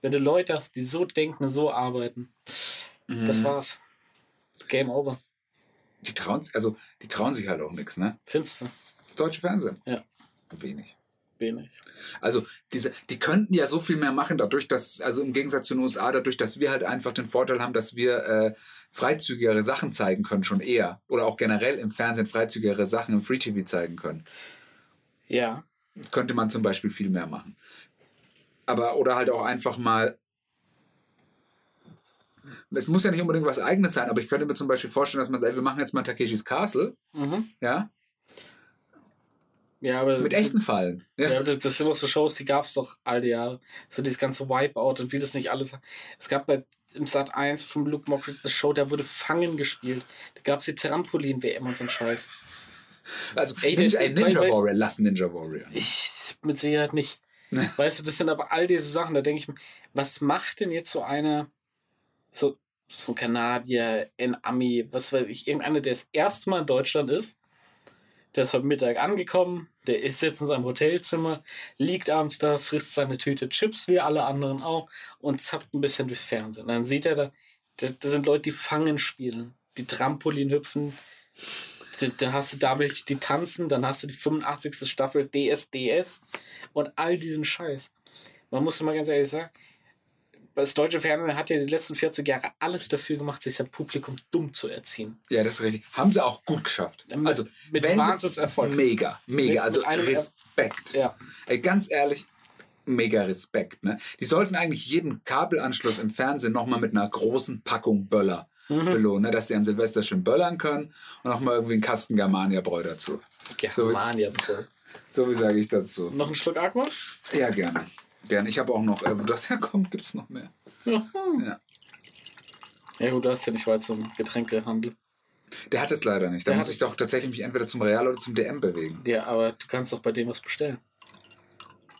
Wenn du Leute hast, die so denken, so arbeiten, das
Mhm.
war's. Game over.
Die trauen, sich- also, die trauen sich halt auch nichts, ne?
Finster.
Deutsche Fernsehen.
Ja.
Wenig.
Wenig.
Also diese, die könnten ja so viel mehr machen, dadurch, dass, also im Gegensatz zu den USA, dadurch, dass wir halt einfach den Vorteil haben, dass wir äh, freizügigere Sachen zeigen können, schon eher. Oder auch generell im Fernsehen freizügigere Sachen im Free TV zeigen können.
Ja.
Könnte man zum Beispiel viel mehr machen. Aber, oder halt auch einfach mal. Es muss ja nicht unbedingt was eigenes sein, aber ich könnte mir zum Beispiel vorstellen, dass man sagt, ey, wir machen jetzt mal Takeshis Castle,
Mhm.
ja,
Ja, aber
mit echten Fallen. Ja.
Ja, das das sind auch so Shows, die gab es doch all die Jahre. So dieses ganze Wipeout und wie das nicht alles. Es gab bei im Sat 1 vom Luke Mockridge eine Show, da wurde Fangen gespielt. Da gab es die Trampolin-WM und so ein Scheiß.
Also
Ey, der-
Ninja, ein Ninja
weil- weil-
Warrior, lass Ninja Warrior.
Ich mit Sicherheit nicht. Weißt du, das sind aber all diese Sachen, da denke ich mir, was macht denn jetzt so einer, so, so ein Kanadier, ein Ami, was weiß ich, irgendeiner, der das erste Mal in Deutschland ist, der ist heute Mittag angekommen, der ist jetzt in seinem Hotelzimmer, liegt abends da, frisst seine Tüte Chips, wie alle anderen auch, und zappt ein bisschen durchs Fernsehen. Und dann sieht er da, da, da sind Leute, die Fangen spielen, die Trampolin hüpfen, da- da hast du da wirklich die Tanzen, dann hast du die 85. Staffel DSDS und all diesen Scheiß. Man muss ja mal ganz ehrlich sagen, das deutsche Fernsehen hat ja die letzten 40 Jahre alles dafür gemacht, sich sein Publikum dumm zu erziehen.
Ja, das ist richtig. Haben sie auch gut geschafft.
Mit-
also
mit
wenn sie-
Wahnsinnserfolg.
Mega, mega.
Mit-
also
mit einem-
Respekt.
Ja,
Ey, ganz ehrlich, mega Respekt. Ne? Die sollten eigentlich jeden Kabelanschluss im Fernsehen nochmal mit einer großen Packung Böller
Mhm.
belohnen, ne? dass die an Silvester schön böllern können und nochmal irgendwie einen Kasten Germania-Bräu dazu.
Germania. So.
So wie sage ich dazu.
Noch einen Schluck Aqua?
Ja, gerne. Gerne. Ich habe auch noch, äh, wo das herkommt, gibt es noch mehr. Ja.
Ja gut, du hast ja nicht weit zum Getränkehandel.
Der hat es leider nicht. Da
Der
muss
hat
ich
es-
doch tatsächlich mich entweder zum Real oder zum DM bewegen.
Ja, aber du kannst doch bei dem was bestellen.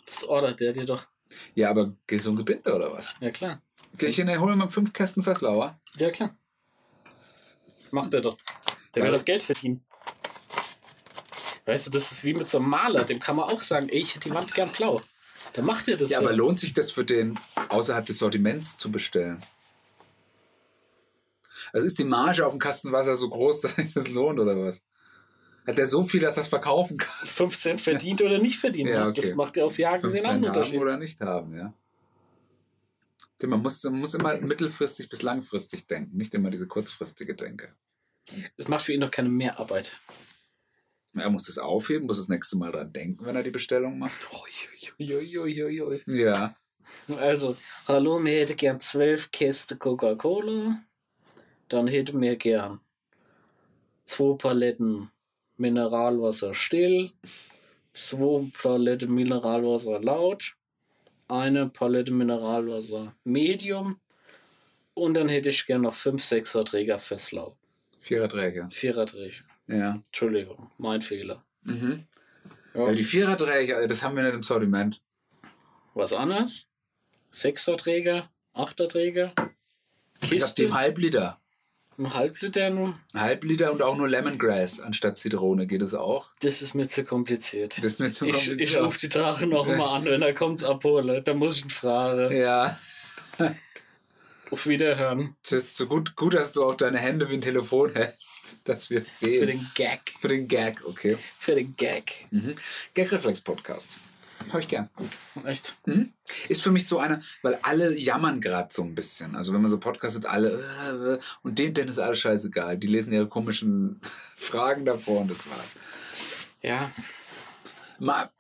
Das ordert der dir doch.
Ja, aber so ein Gebinde oder was?
Ja klar.
Geh ich in der Hol mal fünf Kästen Verslauer.
Ja klar. Macht er doch. Der will
Ja.
doch Geld verdienen. Weißt du, das ist wie mit so einem Maler, dem kann man auch sagen, ey, ich hätte die Wand gern blau. Dann macht er das
Ja,
so.
aber lohnt sich das für den außerhalb des Sortiments zu bestellen? Also ist die Marge auf dem Kasten Wasser so groß, (laughs) dass sich das lohnt oder was? Hat der so viel, dass er es verkaufen kann?
5 Cent verdient oder nicht verdient.
Ja,
macht.
okay.
Das macht ja aufs Jahr
5
gesehen auch einen
Cent haben
Unterschied.
oder nicht haben, ja. Denn Man muss, man muss immer mittelfristig bis langfristig denken, nicht immer diese kurzfristige Denke.
Es macht für ihn doch keine Mehrarbeit.
Er muss es aufheben, muss das nächste Mal dran denken, wenn er die Bestellung macht.
Uiuiuiui.
Ja.
Also, hallo, mir hätte gern 12 Kästen Coca-Cola. Dann hätte mir gern zwei Paletten Mineralwasser still, zwei Paletten Mineralwasser laut, eine Palette Mineralwasser medium und dann hätte ich gern noch 5 6er Träger Fesslau.
Viererträger.
Vierer Träger.
Ja.
Entschuldigung, mein Fehler.
Mhm.
Ja.
ja. Die Viererträger, das haben wir nicht im Sortiment.
Was anderes? Sechserträger, Achterträger,
Ich hab die
Kiste,
im Halbliter.
ein Halbliter nur.
Halbliter und auch nur Lemongrass anstatt Zitrone. Geht es auch?
Das ist mir zu kompliziert.
Das ist mir zu
ich ich
kompliziert.
rufe die Drache noch mal an, wenn er kommt, abhole. Da muss ich ihn fragen.
Ja,
Auf Wiederhören.
das ist so gut, gut, dass du auch deine Hände wie ein Telefon hältst, dass wir es sehen.
Für den Gag.
Für den Gag, okay.
Für den Gag.
Mhm. Gagreflex-Podcast. Hör ich gern.
Echt?
Ist für mich so einer, weil alle jammern gerade so ein bisschen. Also wenn man so Podcast hat, alle äh, äh, und denen, denen ist alles scheißegal. Die lesen ihre komischen (laughs) Fragen davor und das war's.
Ja.
Mal,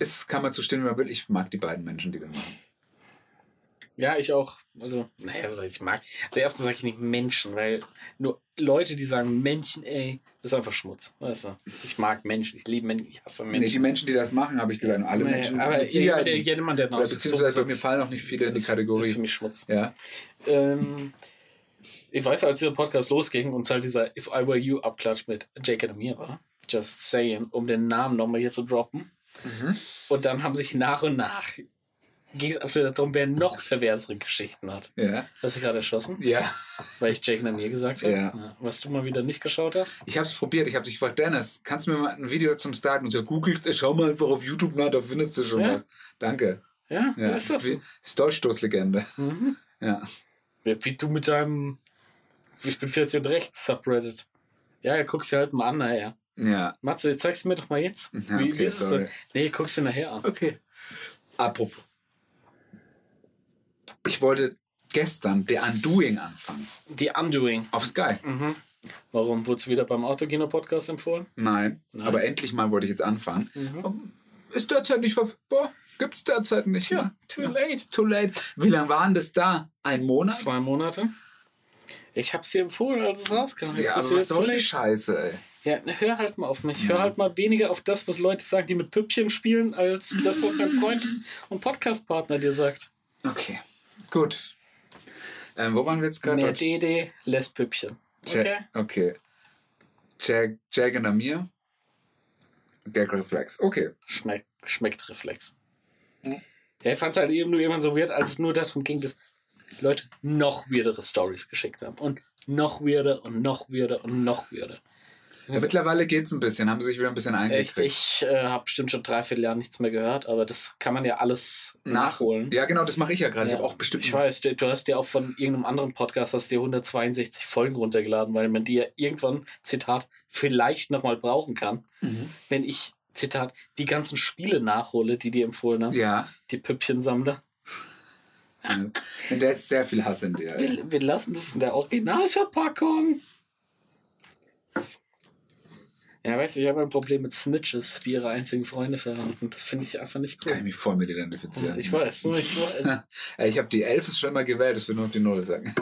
es kann man zu stehen, wie man will. Ich mag die beiden Menschen, die das machen.
Ja, ich auch. Also, naja, was heißt, ich mag. Also erstmal sage ich nicht Menschen, weil nur Leute, die sagen Menschen, ey, das ist einfach Schmutz. Weißt du? Ich mag Menschen, ich liebe Menschen, ich hasse
Nee, die
Menschen.
Menschen, die das machen, habe ich gesagt. Alle
Naja,
Menschen.
aber
mit
jemand,
Sicherheit
der,
nicht.
jemand, der
Oder
genauso
beziehungsweise bei
gezogen
mir
ist,
fallen noch nicht viele in die
das- Das ist für
Kategorie.
mich Schmutz.
Ja.
Ähm, ich weiß, als dieser Podcast losging und es halt dieser If I Were You Abklatsch mit Jake Adamir war, just
Mhm.
saying, um den Namen nochmal hier zu droppen. Und dann haben sich nach und nach ging es aktuell darum, wer noch perversere Geschichten hat.
Ja.
Hast du gerade erschossen?
Ja.
Weil ich Jake nach mir gesagt habe.
Ja.
Was du mal wieder nicht geschaut hast.
Ich habe es probiert. Ich habe dich gefragt, Dennis, kannst du mir mal ein Video zum Start? Und so, googelt, schau mal einfach auf YouTube nach, da findest du schon
Ja.
was. Danke.
Ja,
Ja,
was ist das?
wie- ist Dolchstoßlegende.
Mhm.
Ja.
Wie, wie du mit deinem Ich bin 40 und rechts Subreddit. Ja, ja, guck's dir halt mal an, naja.
Ja.
Matze, jetzt zeig's mir doch mal jetzt.
Ja,
wie,
okay,
wie ist
sorry.
es denn? Nee, guck's dir nachher an.
Okay. Apropos. Ich wollte gestern The Undoing anfangen.
The Undoing.
Auf Sky.
Mhm. Warum? Wurdest du wieder beim Autokino-Podcast empfohlen?
Nein.
Nein. Mhm.
Aber endlich mal wollte ich jetzt anfangen. Oh, Ist derzeit nicht verfügbar. Gibt's derzeit nicht.
Tja,
ne?
too late.
Too late. Wie lange waren das da? Ein Monat?
Zwei Monate. Ich hab's dir empfohlen, als es rauskam. Jetzt
ja,
bist
aber
du
was
jetzt zu
soll Hm. die
late.
Scheiße, ey?
Ja, na, hör halt mal auf mich. Hör halt mal weniger auf das, was Leute sagen, die mit Püppchen spielen, als das, was dein Freund und Podcastpartner dir sagt.
Okay, gut. Ähm, wo waren wir jetzt gerade?
Mehr DD, less Püppchen. Okay.
Jack, okay. Jack, Jack und Amir. Gag Reflex. Okay.
Schmeckt, schmeckt Reflex.
Hm.
Ja, ich fand es halt eben nur irgendwann so weird, als es nur darum ging, dass Leute noch weirdere Stories geschickt haben. Und noch weirder und noch weirder und noch weirder.
Ja, mittlerweile geht's ein bisschen. Haben sie sich wieder ein bisschen
Echt,
eingekriegt.
ich äh, habe bestimmt schon dreiviertel Jahre nichts mehr gehört, aber das kann man ja alles nachholen.
Ja, genau, das mache ich ja gerade. Ich habe auch bestimmt.
Ich weiß, du, du hast dir auch von irgendeinem anderen Podcast hast dir 162 Folgen runtergeladen, weil man die ja irgendwann, Zitat, vielleicht nochmal brauchen kann.
Mhm.
Wenn ich, Zitat, die ganzen Spiele nachhole, die dir empfohlen haben,
Ja.
die Püppchensammler.
Und der ist sehr viel Hass in dir. ey.
Wir, wir lassen das in der Originalverpackung. Ja, weißt du, ich habe ein Problem mit Snitches, die ihre einzigen Freunde verraten. Das finde ich einfach nicht
Kann ich
cool.
mich voll mit identifizieren.
Ich weiß, ich weiß. (laughs)
Ey, ich habe die Elf ist schon mal gewählt, das will nur noch die Null sagen.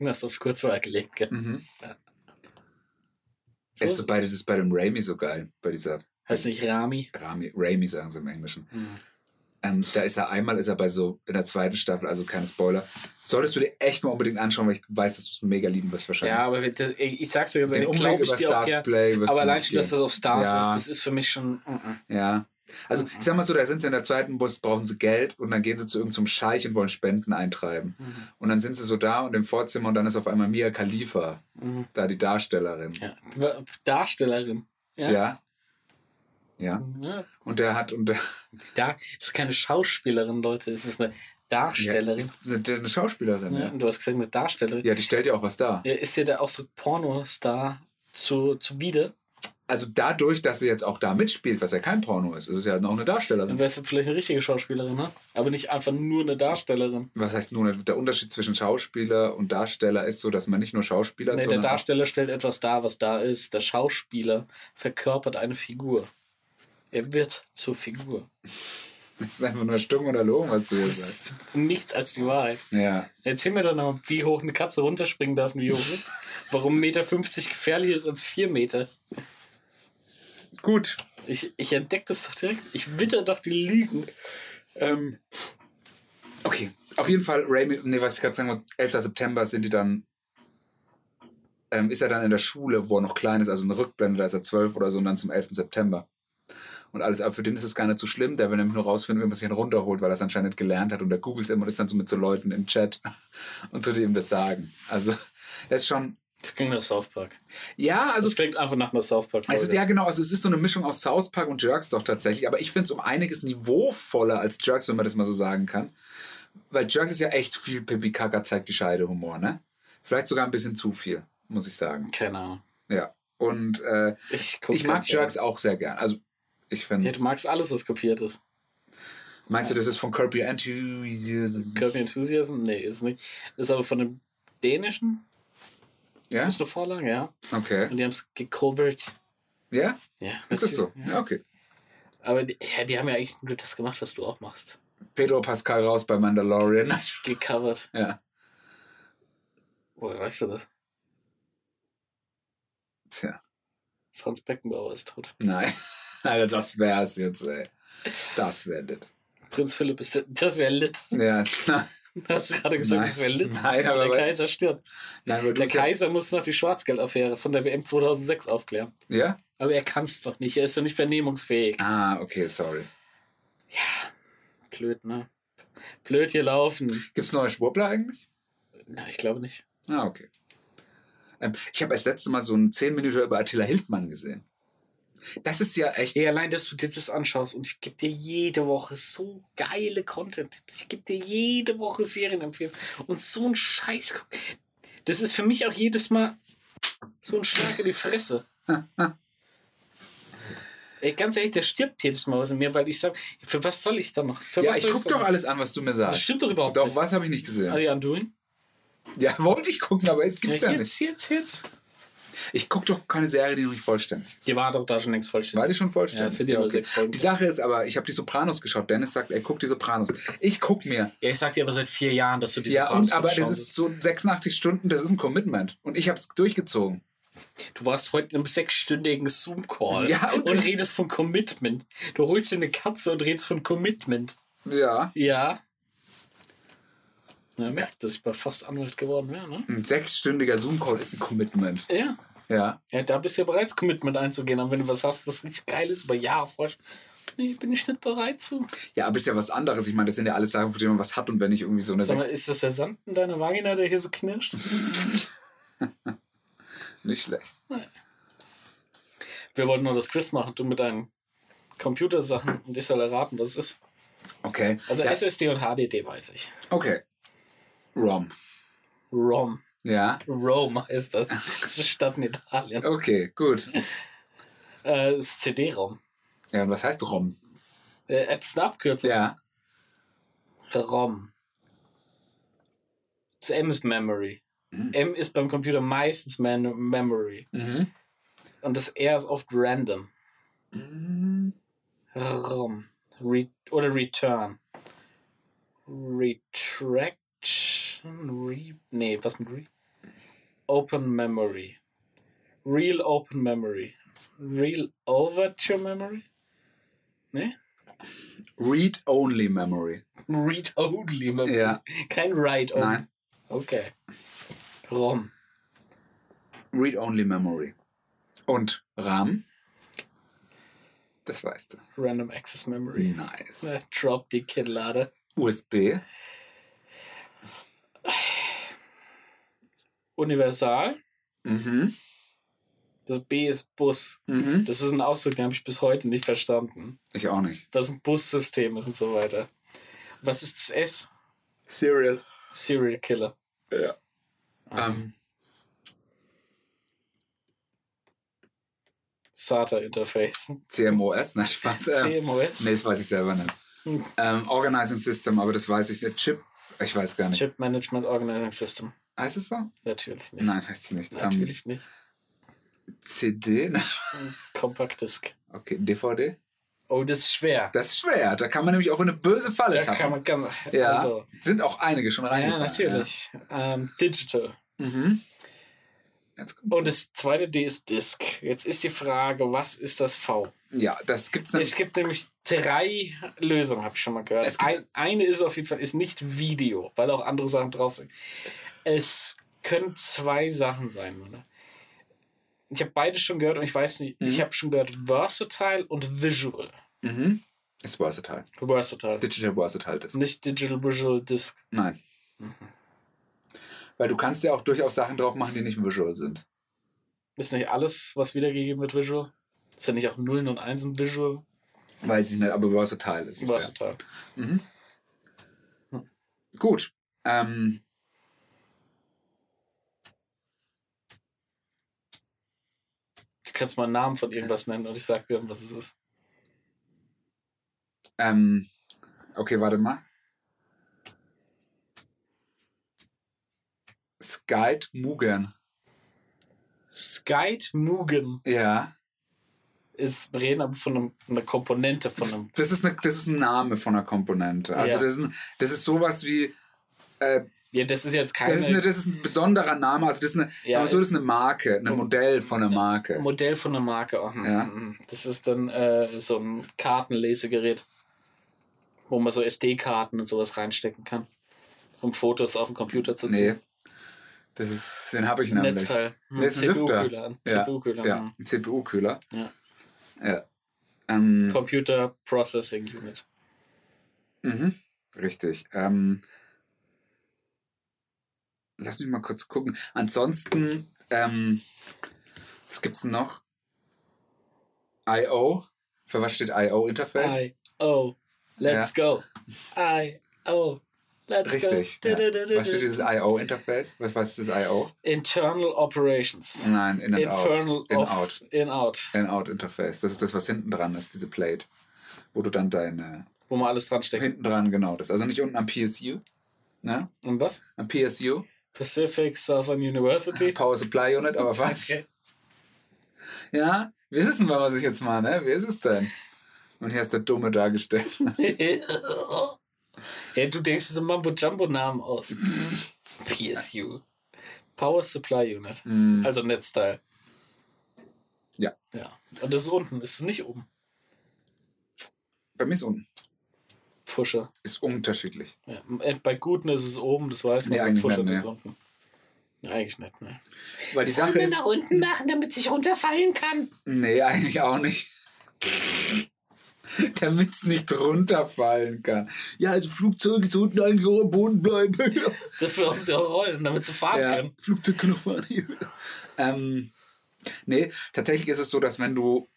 Das ist auf kurz gelegt, gell?
Mhm.
So,
Ist so bei, das ist bei dem Raimi so geil, bei dieser
heißt nicht Rami.
Rami, Raimi sagen sie im Englischen.
Mhm.
Ähm, da ist er einmal, ist er bei so in der zweiten Staffel, also keine Spoiler. Solltest du dir echt mal unbedingt anschauen, weil ich weiß, dass du es mega lieben wirst wahrscheinlich.
Ja, aber wenn- ey, ich sag's dir ganz
Den
ehrlich,
Umweg
glaube ich
über
dir auch
Stars
gern.
Play. wirst
Aber
du
allein
nicht
schon, dass
gehen.
das auf Stars
Ja.
ist, das ist für mich schon. mhm.
Ja. Also ich sag mal so, da sind sie in der zweiten Bus, brauchen sie Geld und dann gehen sie zu irgendeinem Scheich und wollen Spenden eintreiben.
Mhm.
Und dann sind sie so da und im Vorzimmer und dann ist auf einmal Mia Khalifa,
Mhm.
da die Darstellerin.
Ja. Wa- Darstellerin.
Ja.
Ja.
ja.
Ja.
Und der hat und der,
Da ist keine Schauspielerin, Leute, es ist eine Darstellerin.
Ja, ist eine, eine Schauspielerin,
Ja,
ja.
und Du hast gesagt, eine Darstellerin.
Ja, die stellt ja auch was dar.
Ja, Ist dir der Ausdruck Pornostar zu, zuwider?
Also dadurch, dass sie jetzt auch da mitspielt, was ja kein Porno ist, ist es ja noch eine Darstellerin.
Dann wärst du vielleicht eine richtige Schauspielerin, ne? aber nicht einfach nur eine Darstellerin.
was heißt nun, der Unterschied zwischen Schauspieler und Darsteller ist so, dass man nicht nur Schauspieler,
Nee, der
sondern (laughs) auch,
Darsteller stellt etwas dar, was da ist. Der Schauspieler verkörpert eine Figur. Er wird zur Figur.
das ist einfach nur stumm oder logen, was du hier
Das (laughs)
sagst.
ist nichts als die Wahrheit.
Ja,
Erzähl mir doch noch, wie hoch eine Katze runterspringen darf und wie hoch nicht. Warum 1,50 Meter gefährlicher ist als 4 Meter.
gut.
Ich, ich entdecke das doch direkt. Ich witter doch die Lügen.
Ähm, okay, auf jeden Fall, Raimi, nee, was ich gerade sagen wollte, 11. September sind die dann, ähm, ist er dann in der Schule, wo er noch klein ist, also eine Rückblende, da ist er 12 oder so, und dann zum 11. September. Und alles, aber für den ist es gar nicht so schlimm, der will nämlich nur rausfinden, wie man sich ihn runterholt, weil er es anscheinend gelernt hat und der googelt immer und ist dann so mit so Leuten im Chat (laughs) und zu dem das sagen. Also, das ist schon,
Das klingt nach South Park.
ja, also
Das klingt einfach nach einer South Park.
es ist, ja, genau. Also es ist so eine Mischung aus South Park und Jerks doch tatsächlich. Aber ich finde es um einiges niveauvoller als Jerks, wenn man das mal so sagen kann. Weil Jerks ist ja echt viel Pipi Kaka zeigt die Scheide Humor, ne? Vielleicht sogar ein bisschen zu viel, muss ich sagen.
Keine Ahnung.
Ja. Und äh,
Ich, guck
ich mag
kein-
Jerks auch sehr gern. Also ich finde
Ja, du magst alles, was kopiert ist.
Meinst du, das ist von Curb Your Enthusiasm?
Kirby Enthusiasm? Nee, ist nicht. Ist aber von dem dänischen.
Ja?
Ist eine Vorlage, ja.
Okay.
Und die haben es gecovert.
Ja?
Ja,
Ist das so?
natürlich.
Ja, okay.
Aber die, ja, die haben ja eigentlich nur das gemacht, was du auch machst.
Pedro Pascal raus bei Mandalorian. (laughs)
Gecovert.
ja.
Woher weißt du das?
Tja.
Franz Beckenbauer ist tot.
Nein. (laughs) Alter, das wär's jetzt, ey. Das wär das.
Prinz Philipp ist. Das wäre lit.
Ja, (laughs) na,
Hast du gerade gesagt,
Nein.
das wäre lit?
Nein, aber
der
weil-
Kaiser stirbt.
nein, weil du
Der
bist ja-
Kaiser muss noch die Schwarzgeldaffäre von der WM 2006 aufklären.
Ja?
Aber er kann es doch nicht. Er ist doch nicht vernehmungsfähig.
Ah, okay, sorry.
Blöd, ne? Blöd hier laufen.
Gibt es neue Schwurbler eigentlich?
Na, ich glaube nicht.
Ah, okay. Ähm, ich habe das letzte Mal so einen 10 Minuten über Attila Hildmann gesehen. Das ist ja echt.
Ey, allein, dass du dir das anschaust und ich gebe dir jede Woche so geile Content-Tipps. Ich gebe dir jede Woche Serienempfehlungen und so ein Scheiß. Das ist für mich auch jedes Mal so ein Schlag in die
(laughs)
Fresse. Ey, ganz ehrlich, der stirbt jedes Mal aus mir, weil ich sage, für was soll ich da noch? Für
Ja,
was
ich
soll
guck
da
doch
noch?
alles an, was du mir
Das
sagst.
stimmt doch überhaupt
Doch,
nicht. Also-
was habe ich nicht gesehen?
Are you undoing?
Ja, wollte ich gucken, aber es gibt's ja, nicht.
jetzt, jetzt, jetzt.
Ich gucke doch keine Serie, die noch nicht vollständig ist.
Die war doch da schon längst vollständig.
War die schon
Ja, es
vollständig?
sind ja nur
okay.
sechs Folgen.
Die Sache ist aber, ich habe die Sopranos geschaut. Dennis sagt, er guckt die Sopranos. Ich guck mir.
Ja, ich sag dir aber seit vier Jahren, dass du diese
Ja,
Sopranos
und, aber das
anschauen
ist so 86 Stunden, das ist ein Commitment. Und ich habe es durchgezogen.
sollst. Du warst heute in einem sechsstündigen Zoom-Call
Ja,
und,
und-
redest von Commitment. Du holst dir eine Katze und redest von Commitment.
Ja.
Ja. Na, merkt, dass ich bei fast Anwalt geworden wäre, ne?
Ein sechsstündiger Zoom-Call ist ein Commitment.
Ja.
Ja.
ja. Da bist du ja bereit, Commitment einzugehen. Aber wenn du was hast, was richtig geil ist, über Jahre forsch. Nee, bin ich nicht bereit zu.
Ja, aber ist ja was anderes. Ich meine, das sind ja alles Sachen, von denen man was hat und wenn ich irgendwie so eine
Sag mal,
sechs.
ist das der Sand in deiner Vagina, der hier so knirscht?
Nicht schlecht.
Wir wollten nur das Quiz machen, du mit deinen Computersachen und ich soll erraten, was es ist.
Okay.
Also
ja,
SSD und HDD weiß ich.
okay. ROM.
ROM.
Ja.
Rome ist das. Das ist eine Stadt in Italien.
Okay, gut.
Äh, das ist CD-ROM.
Ja, und was heißt ROM?
Äh, jetzt eine Abkürzung.
Ja.
ROM. Das M ist Memory. M ist beim Computer meistens Man Memory.
Mhm.
Und das R ist oft random.
Mhm.
ROM. Re oder Return. Retraction. Re nee, was mit Re? Open Memory. Real Open Memory. Real Overture Memory? Nee?
Read-only Memory.
Read Only Memory.
Ja.
Kein Write Only.
Nein.
Okay. ROM.
Read-only Memory. Und RAM? Das weißt du.
Random Access Memory.
Nice.
Na, Drop die Kinnlade.
USB?
Universal.
Mhm.
Das B ist Bus.
Mhm.
Das ist ein Ausdruck, den habe ich bis heute nicht verstanden.
Ich auch nicht.
Was ein Bussystem ist und so weiter. Was ist das S?
Serial.
Serial Killer.
Ja. Ähm,
SATA Interface.
CMOS?
(laughs)
Nein, Spaß. Ähm,
CMOS.
nee, das weiß ich selber nicht.
Hm.
Ähm, Organizing System, aber das weiß ich nicht. Chip? Ich weiß gar nicht.
Chip Management Organizing System.
Heißt es so?
Natürlich nicht.
Nein, heißt es nicht. Ähm,
Natürlich nicht.
CD? Nein.
Compact Disc.
Okay, DVD?
Oh, das ist schwer.
Das ist schwer. Da kann man nämlich auch in eine böse Falle
Da
tappen.
kann man ganz.
ja,
Also,
sind auch einige schon rein.
Ah ja, natürlich. Ähm, Digital.
Mhm. Jetzt kommt's.
Und das zweite D ist Disk. Jetzt ist die Frage, was ist das V?
ja, das gibt's
Es
nämlich.
gibt nämlich drei Lösungen, habe ich schon mal gehört.
Es gibt-
Ein, eine ist auf jeden Fall ist nicht Video, weil auch andere Sachen drauf sind. Es können zwei Sachen sein, oder? Ich habe beide schon gehört und ich weiß nicht, ich habe schon gehört Versatile und Visual.
Mhm. Ist versatile.
Versatile.
Digital versatile ist.
nicht Digital Visual Disk.
Nein. Weil du kannst ja auch durchaus Sachen drauf machen, die nicht visual sind.
Ist nicht alles, was wiedergegeben wird, Visual? Ist ja nicht auch Nullen und Einsen Visual?
Weiß ich nicht, aber versatile ist es. Ja.
Versatile.
Gut. Ähm,
Du kannst mal einen Namen von irgendwas nennen und ich sage dir, was es ist.
ähm, okay, warte mal. Skype Mugen.
Skype Mugen
Ja.
ist, wir reden aber von einem, einer Komponente von einem.
Das ist, eine, das ist ein Name von einer Komponente. Also
Ja.
das, ist ein, das ist sowas wie, äh,
Ja, das ist jetzt keine
das, ist eine, das ist ein besonderer Name, also das ist eine,
Ja,
aber so, das ist eine Marke, ein Modell von einer Marke.
Modell von einer Marke. Oh,
Ja.
mm, Das ist dann äh, so ein Kartenlesegerät, wo man so SD-Karten und sowas reinstecken kann, um Fotos auf dem Computer zu
Nee.
ziehen.
Das ist, den habe ich
Ein
nämlich.
Netzteil.
Nee, ist ein
CPU-Kühler.
Lüfter.
Ein hm.
Ja,
CPU-Kühler.
ja, ein CPU-Kühler.
Ja.
Ja. Ähm,
Computer Processing Unit.
Mhm, richtig. Ähm, lass mich mal kurz gucken. Ansonsten, ähm, was gibt's denn noch? I.O. Für was steht I.O. Interface?
I, oh, let's go. I, oh, let's
Richtig.
go.
Ja.
Da, da, da, da,
Was steht
da.
dieses I.O. Interface? Was ist das I.O.?
Internal Operations.
Nein, in and
Infernal
out. In
of-
out.
In out,
In out Interface. Das ist das, was hinten dran ist, diese Plate. Wo du dann deine.
wo man alles dran steckt.
Hinten dran, genau. Das. Also nicht unten am PSU. Ne?
Und was?
Am PSU.
Pacific Southern
(laughs)
University.
Power Supply Unit, aber was?
Okay.
Ja, wie ist es denn, wenn man sich jetzt mal, ne? Wie ist es denn? Und hier ist der Dumme dargestellt.
hey, du denkst dir so Mambo-Jumbo-Namen aus. PSU. Power Supply Unit.
Hm,
Also Netzteil.
Ja.
Ja. Und das ist unten, ist es nicht oben.
bei mir ist unten.
Pfusche.
Ist unterschiedlich.
Ja. Und Bei Guten ist es oben, das weiß man.
Nee,
bei
eigentlich
Pfuschern
nicht,
ist es unten. Ja, eigentlich nicht, ne?
Weil die Sache ist.
unten machen, damit sich runterfallen kann.
Nee, eigentlich auch nicht. (laughs) Damit es nicht runterfallen kann. Ja, also Flugzeug ist unten eigentlich auch am Boden bleiben. (laughs)
Dafür haben sie auch Rollen, damit sie fahren
ja,
können.
Flugzeug kann auch fahren. ähm, nee, tatsächlich ist es so, dass wenn du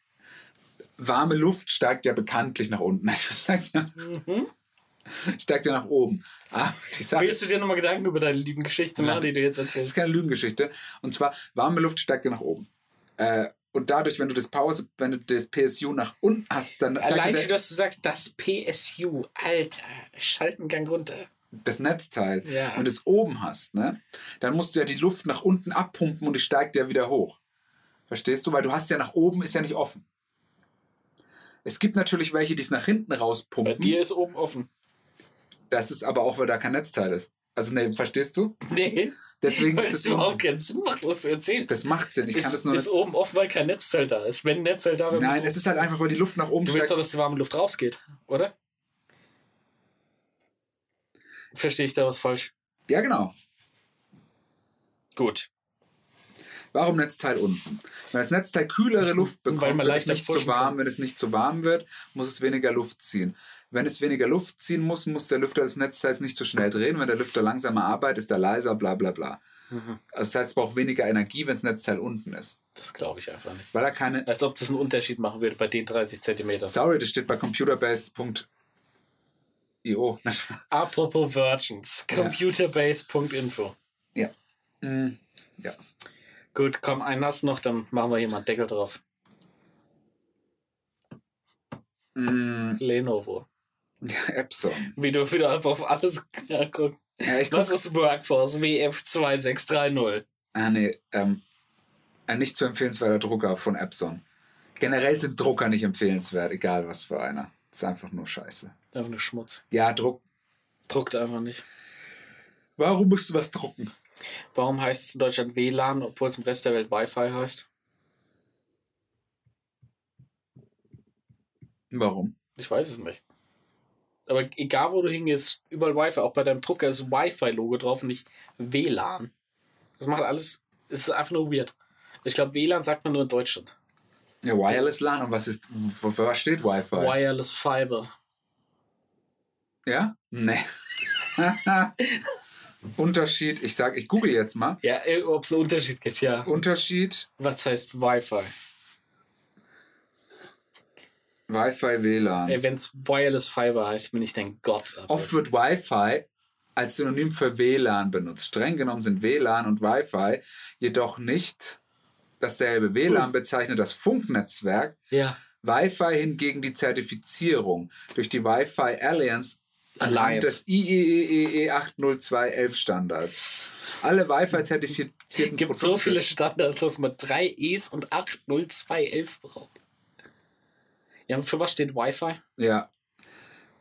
warme Luft steigt ja bekanntlich nach unten. (laughs) Also steigt, ja, steigt ja nach oben. Ah, Aber die Sache
Willst du dir nochmal Gedanken über deine lieben Geschichte
Nein.
machen, die du jetzt
Das
erzählst?
ist keine Lügengeschichte. Und zwar, warme Luft steigt ja nach oben. Äh, und dadurch, wenn du das Pause, wenn du das PSU nach unten hast, dann zeigt dir
Allein
der-
schon, dass du sagst, das PSU, Alter, schalten Gang runter.
das Netzteil
Ja.
und es oben hast, ne, dann musst du ja die Luft nach unten abpumpen und die steigt ja wieder hoch. Verstehst du? Weil du hast ja nach oben, ist ja nicht offen. Es gibt natürlich welche, die es nach hinten
Bei
rauspumpen.
dir ist oben offen.
Das ist aber auch, weil da kein Netzteil ist. Also, ne, verstehst du?
(laughs) Nee, (laughs)
Deswegen
weil
ist
es
es
überhaupt
so.
keinen Sinn macht, was du erzählst.
Das macht Sinn. Ich kann das
ist
nur
ist
nicht.
oben offen, weil kein Netzteil da ist. Wenn ein Netzteil da wäre,
Nein,
müsste-
es ist halt einfach, weil die Luft nach oben
du willst
steigt.
doch, dass die warme Luft rausgeht, oder? Verstehe ich da was falsch?
Ja, genau.
Gut.
Warum Netzteil unten? Wenn das Netzteil kühlere Luft
Weil
bekommt,
man
wird es
leichter
nicht zu
pfuschen
warm.
kann.
Wenn es nicht zu warm wird, muss es weniger Luft ziehen. Wenn es weniger Luft ziehen muss, muss der Lüfter des Netzteils nicht zu schnell drehen. Wenn der Lüfter langsamer arbeitet, ist er leiser, bla bla bla.
Mhm.
Also das heißt, es braucht weniger Energie, wenn das Netzteil unten ist.
Das glaube ich einfach nicht.
Weil er keine.
Als ob das einen Unterschied machen würde bei den 30 Zentimetern.
Sorry, das steht bei computerbase.io. (laughs)
Apropos Virgins, computerbase.info. Mhm.
Hm, ja.
Gut, komm, einen hast du noch, dann machen wir hier mal einen Deckel drauf.
Hm,
Lenovo.
ja, Epson.
Wie du wieder einfach auf alles guckst.
Ja, ich guck,
Was ist Workforce WF2630?
ah, nee, ähm, ein nicht zu empfehlenswerter Drucker von Epson. Generell sind Drucker nicht empfehlenswert, egal was für einer. Ist einfach nur scheiße.
Einfach nur Schmutz.
Ja, Druck.
Druckt einfach nicht.
Warum musst du was drucken?
Warum heißt es in Deutschland WLAN, obwohl es im Rest der Welt Wi-Fi heißt?
Warum?
Ich weiß es nicht. Aber egal, wo du hingehst, überall Wi-Fi. Auch bei deinem Drucker ist Wi-Fi-Logo drauf und nicht WLAN. Das macht alles, es ist einfach nur weird. Ich glaube, WLAN sagt man nur in Deutschland.
Ja, Wireless LAN und was ist, für für was steht Wi-Fi?
Wireless Fiber.
ja? Nee. (laughs) Unterschied, ich sag, ich google jetzt mal.
Ja, ob es einen Unterschied gibt, ja.
Unterschied
Was heißt Wi-Fi?
Wi-Fi WLAN.
Ey, wenn es Wireless Fiber heißt, bin ich dein Gott. aber-
Oft wird Wi-Fi als Synonym für WLAN benutzt. Streng genommen sind WLAN und Wi-Fi jedoch nicht dasselbe.
Hm.
WLAN bezeichnet das Funknetzwerk,
ja.
Wi-Fi hingegen die Zertifizierung durch die Wi-Fi Alliance anhand
Alliance.
des E IEEE 80211 Standards. Alle Wi-Fi-zertifizierten
Gibt so viele Standards, dass man 3 E's und 80211 braucht. Ja, und für was steht Wi-Fi? E
Ja,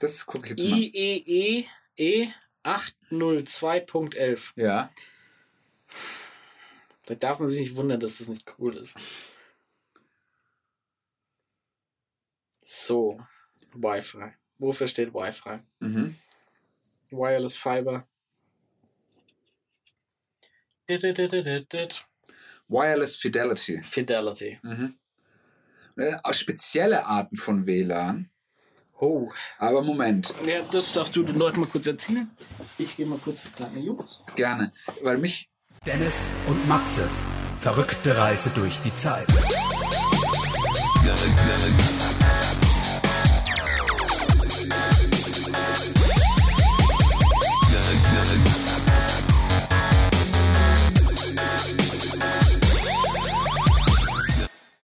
das gucke ich jetzt mal.
IEEE E 802.11.
Ja,
Da darf man sich nicht wundern, dass das nicht cool ist. So, Wi-Fi. Wofür steht Wi-Fi?
mhm.
Wireless Fiber. Didididididid.
Wireless Fidelity.
Fidelity.
Mhm. Äh, spezielle Arten von WLAN
Oh.
Aber Moment,
Ja, das darfst du den Leuten mal kurz erzählen. Ich gehe mal kurz für kleine Jungs.
gerne. Weil mich
Dennis und Maxes verrückte Reise durch die Zeit.
Galaxy.